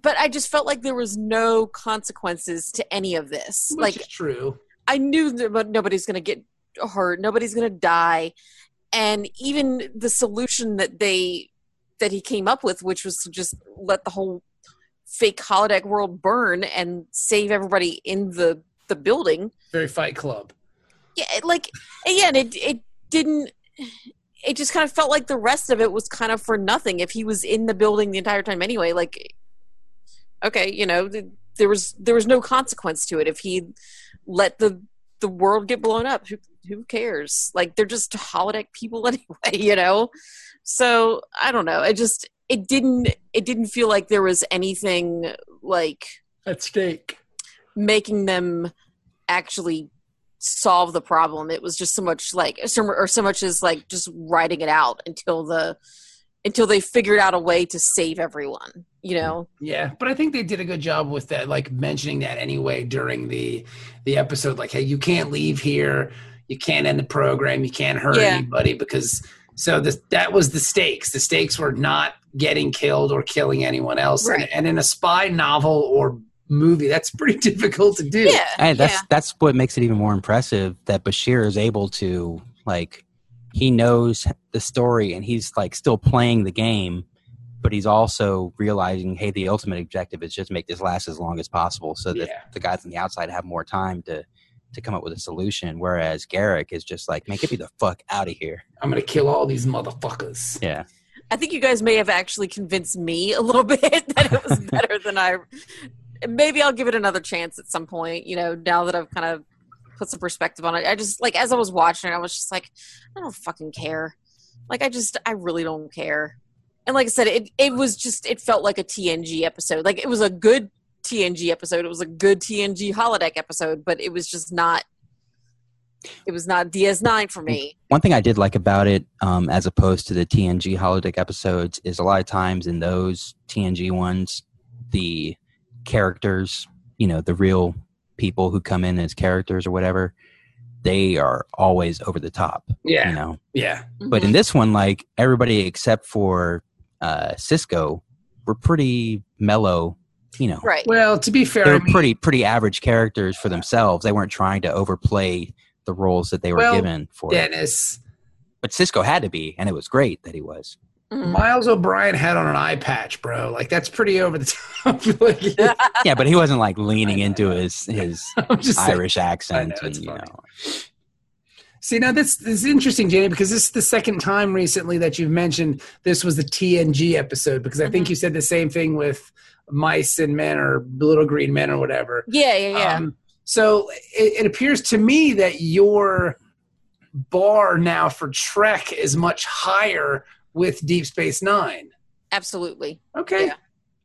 but I just felt like there was no consequences to any of this.
which
like,
is true.
I knew that but nobody's going to get hurt, nobody's going to die, and even the solution that they that he came up with, which was to just let the whole fake holodeck world burn and save everybody in the the building.
Very Fight Club.
Yeah, it, like again, it it didn't. It just kind of felt like the rest of it was kind of for nothing. If he was in the building the entire time anyway, like okay, you know, th- there was there was no consequence to it. If he let the the world get blown up, who who cares? Like they're just holodeck people anyway, you know. So I don't know. It just it didn't it didn't feel like there was anything like
At stake.
making them actually solve the problem. It was just so much like so, or so much as like just writing it out until the until they figured out a way to save everyone. You know,
Yeah, but I think they did a good job with that, like mentioning that anyway during the the episode. Like, hey, you can't leave here. You can't end the program. You can't hurt
Yeah.
anybody because so this, that was the stakes. The stakes were not getting killed or killing anyone else.
Right.
And, and in a spy novel or movie, that's pretty difficult to do.
yeah,
Hey, that's
yeah.
that's what makes it even more impressive that Bashir is able to like he knows the story and he's like still playing the game, but he's also realizing, hey, the ultimate objective is just make this last as long as possible, so that
Yeah.
the guys on the outside have more time to to come up with a solution. Whereas Garrick is just like, man, get me the fuck out of here.
I'm gonna kill all these motherfuckers.
Yeah,
I think you guys may have actually convinced me a little bit that it was better than I. Maybe I'll give it another chance at some point. You know, now that I've kind of put some perspective on it, I just like as I was watching it, I was just like, I don't fucking care. Like I just, I really don't care. And like I said, it it was just, it felt like a TNG episode. Like it was a good TNG episode. It was a good TNG holodeck episode, but it was just not. It was not DS9 for me.
One thing I did like about it, um, as opposed to the TNG holodeck episodes, is a lot of times in those TNG ones, the characters, you know, the real people who come in as characters or whatever, they are always over the top, you
Yeah,
know.
yeah,
But in this one, like everybody except for uh, Cisco were pretty mellow, you know.
right.
Well, to be fair,
They
I
were
mean,
pretty pretty average characters for themselves. They weren't trying to overplay the roles that they were
Well,
given for it.
Dennis.
but Cisco had to be, and it was great that he was.
Mhm.
Miles O'Brien had on an eye patch, bro. Like that's pretty over the top. like,
Yeah, but he wasn't like leaning
I know,
into his his
I'm just saying.
Irish accent, and
it's
you
funny.
know,
See now this, this is interesting, Janie, because this is the second time recently that you've mentioned this was the TNG episode. Because I
Mm-hmm.
think you said the same thing with mice and men or little green men or whatever.
Yeah, yeah, yeah.
Um, so it, it appears to me that your bar now for Trek is much higher with Deep Space Nine.
Absolutely.
Okay,
Yeah.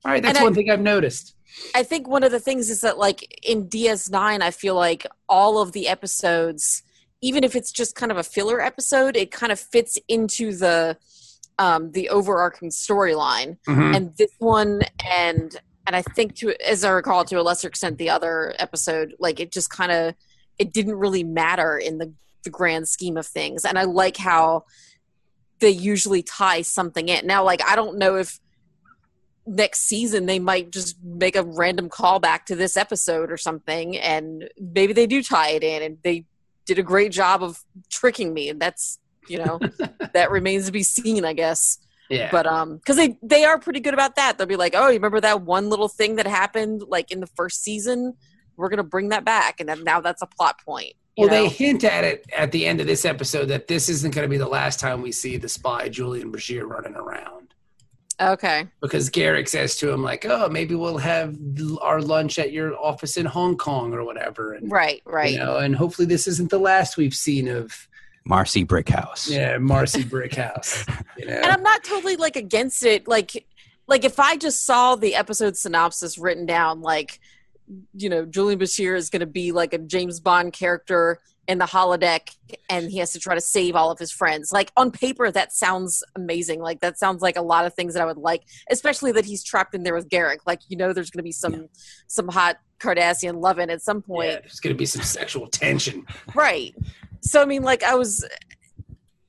all right.
And
That's
I-
one thing I've noticed.
I think one of the things is that, like, in DS9, I feel like all of the episodes, even if it's just kind of a filler episode, it kind of fits into the um, the overarching storyline.
Mm-hmm.
And this one, and and I think to as I recall, to a lesser extent, the other episode, like it just kind of it didn't really matter in the the grand scheme of things. And I like how they usually tie something in. Now, like I don't know if next season they might just make a random callback to this episode or something and maybe they do tie it in and they did a great job of tricking me and that's you know that remains to be seen i guess
Yeah,
but um because they they are pretty good about that they'll be like oh you remember that one little thing that happened like in the first season we're gonna bring that back and then now that's a plot point you
Well, they
know?
hint at it at the end of this episode that this isn't going to be the last time we see the spy Julian Brashear running around
okay
because Garrick says to him like, "Oh, maybe we'll have l- our lunch at your office in Hong Kong or whatever." And,
right right
You know, and hopefully this isn't the last we've seen of
Marcy Brickhouse.
yeah Marcy Brickhouse. You know,
and I'm not totally like against it. Like, like if I just saw the episode synopsis written down, like, you know, Julian Bashir is going to be like a James Bond character in the holodeck, and he has to try to save all of his friends. Like on paper, that sounds amazing. Like that sounds like a lot of things that I would like, especially that he's trapped in there with Garrick. Like you know, there's going to be some some hot Kardashian loving at some point.
yeah, there's going to be some sexual tension.
Right. So I mean, like I was,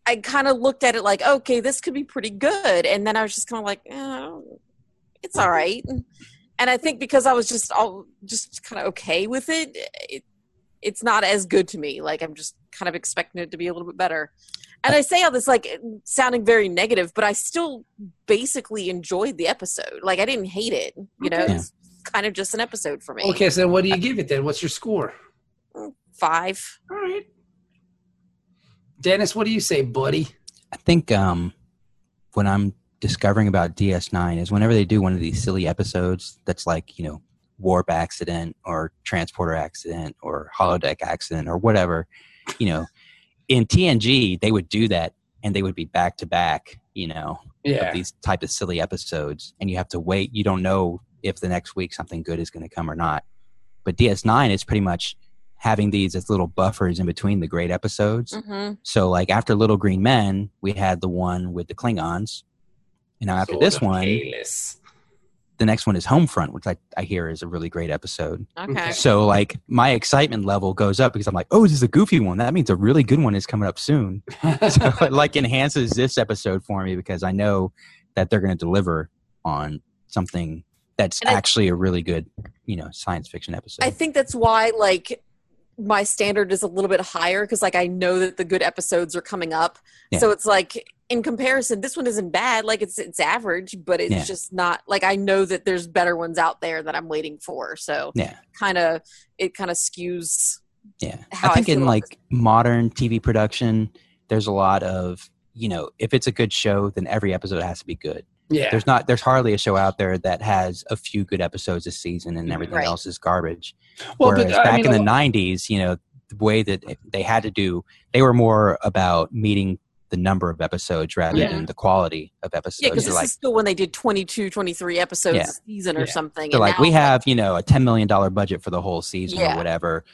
I kind of looked at it like, okay, this could be pretty good, and then I was just kind of like, eh, I don't- it's all right. And I think because I was just all just kind of okay with it, it, it's not as good to me. Like I'm just kind of expecting it to be a little bit better. And I say all this like sounding very negative, but I still basically enjoyed the episode. Like I didn't hate it. You know,
Okay.
it's kind of just an episode for me.
Okay, so what do you give it then? What's your score?
Five.
All right. Dennis, what do you say, buddy?
I think um, when I'm discovering about DS9 is whenever they do one of these silly episodes that's like, you know, warp accident or transporter accident or holodeck accident or whatever, you know, in TNG, they would do that and they would be back to back, you know, of these type of silly episodes. And you have to wait. You don't know if the next week something good is going to come or not. But DS9 is pretty much having these as little buffers in between the great episodes.
Mm-hmm.
So like after Little Green Men, we had the one with the Klingons. And now after
Sort
this
of
one,
payless.
the next one is Homefront, which I, I hear is a really great episode.
Okay.
So like my excitement level goes up because I'm like, oh, this is a goofy one. That means a really good one is coming up soon. So it like enhances this episode for me because I know that they're gonna deliver on something that's
And I-
actually a really good, you know, science fiction episode.
I think that's why like my standard is a little bit higher because like I know that the good episodes are coming up.
Yeah.
So it's like in comparison, this one isn't bad. Like it's it's average, but it's
Yeah.
just not like I know that there's better ones out there that I'm waiting for. So
Yeah.
kind of it kind of skews.
Yeah.
how
I
I
think
feel
in
about
like modern TV production, there's a lot of, you know, if it's a good show, then every episode has to be good.
yeah.
There's not there's hardly a show out there that has a few good episodes this season and everything
Right.
else is garbage.
Well, but
Whereas
I
back
mean,
in
a
the
lo-
90s, you know, the way that they had to do, they were more about meeting the number of episodes rather
Yeah.
than the quality of
Yeah,
episodes.
because
They're
this
like,
is still when they did 22, 23 episodes
Yeah.
a season or
Yeah.
something.
they're
and
like
now
we
it's
have you know a $10 million budget for the whole season or
Yeah.
whatever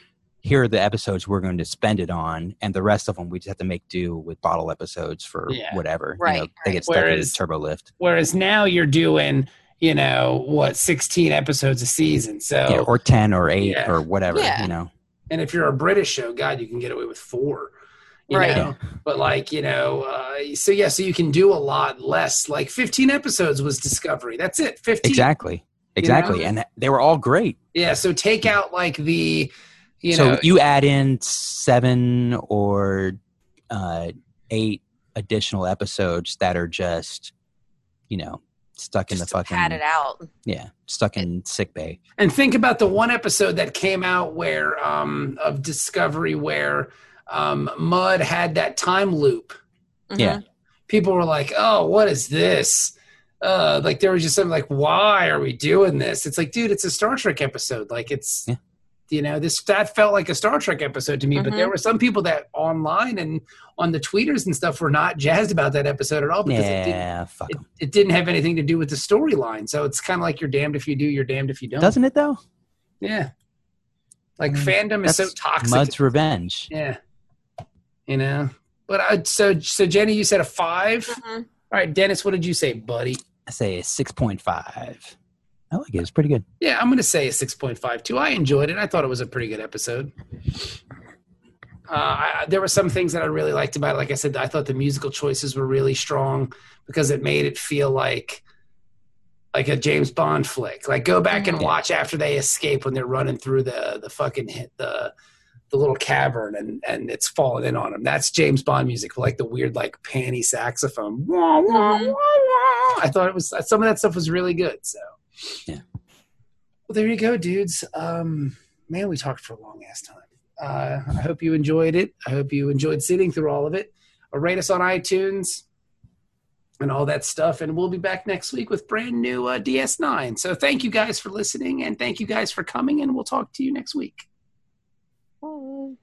here are the episodes we're going to spend it on and the rest of them we just have to make do with bottle episodes for
Yeah.
whatever you
Right,
know, they
right.
get stuck
Whereas-
in turbo lift
Whereas now you're doing, you know, what, 16 episodes a season. So,
yeah, or 10 or 8
Oh. Yeah.
or whatever
Yeah.
you know
and if you're a British show, God, you can get away with four. You
Right.
know? But like, you know, uh, so yeah, so you can do a lot less. Like 15 episodes was Discovery. That's it. 15.
exactly exactly
know?
and they were all great
Yeah. So take out like the, you
so
know,
you add in 7 or uh, 8 additional episodes that are just you know stuck in
just
the
to pad it
fucking
out.
yeah stuck in sick bay
And think about the one episode that came out where um, of Discovery where um, Mud had that time loop.
Yeah.
Mhm.
People were like, "Oh, what is this?" Uh, like there was just something like, "Why are we doing this?" It's like, dude, it's a Star Trek episode. Like it's,
Yeah.
you know, this that felt like a Star Trek episode to me. But
Mhm.
there were some people that online and on the tweeters and stuff were not jazzed about that episode at all because it, didn't,
yeah fuck 'em.
it, it didn't have anything to do with the storyline. So it's kind of like you're damned if you do, you're damned if you don't.
doesn't it though?
Yeah. Like
Mm,
fandom is so
that's
toxic.
Mud's Revenge.
Yeah. You know. But I, so so Jenny, you said a five.
Mhm.
All right, Dennis, what did you say, buddy?
I say a six point five. I like it. It's pretty good.
Yeah, I'm gonna say a six point five too. I enjoyed it. I thought it was a pretty good episode. Uh, I, I- there were some things that I really liked about it. Like I said, I thought the musical choices were really strong because it made it feel like like a James Bond flick. Like go back and
Mhm.
watch after they escape when they're running through the the fucking hit the the little cavern and and it's falling in on them. That's James Bond music, like the weird like panty saxophone. Wah, wah, wah,
Mhm.
wah. I thought it was some of that stuff was really good. So
Yeah.
Well, there you go, dudes. Um, man, we talked for a long ass time. Uh, I hope you enjoyed it. I hope you enjoyed sitting through all of it. Uh, rate us on iTunes and all that stuff. And we'll be back next week with brand new uh, DS9. So thank you guys for listening and thank you guys for coming. And we'll talk to you next week.
Oh.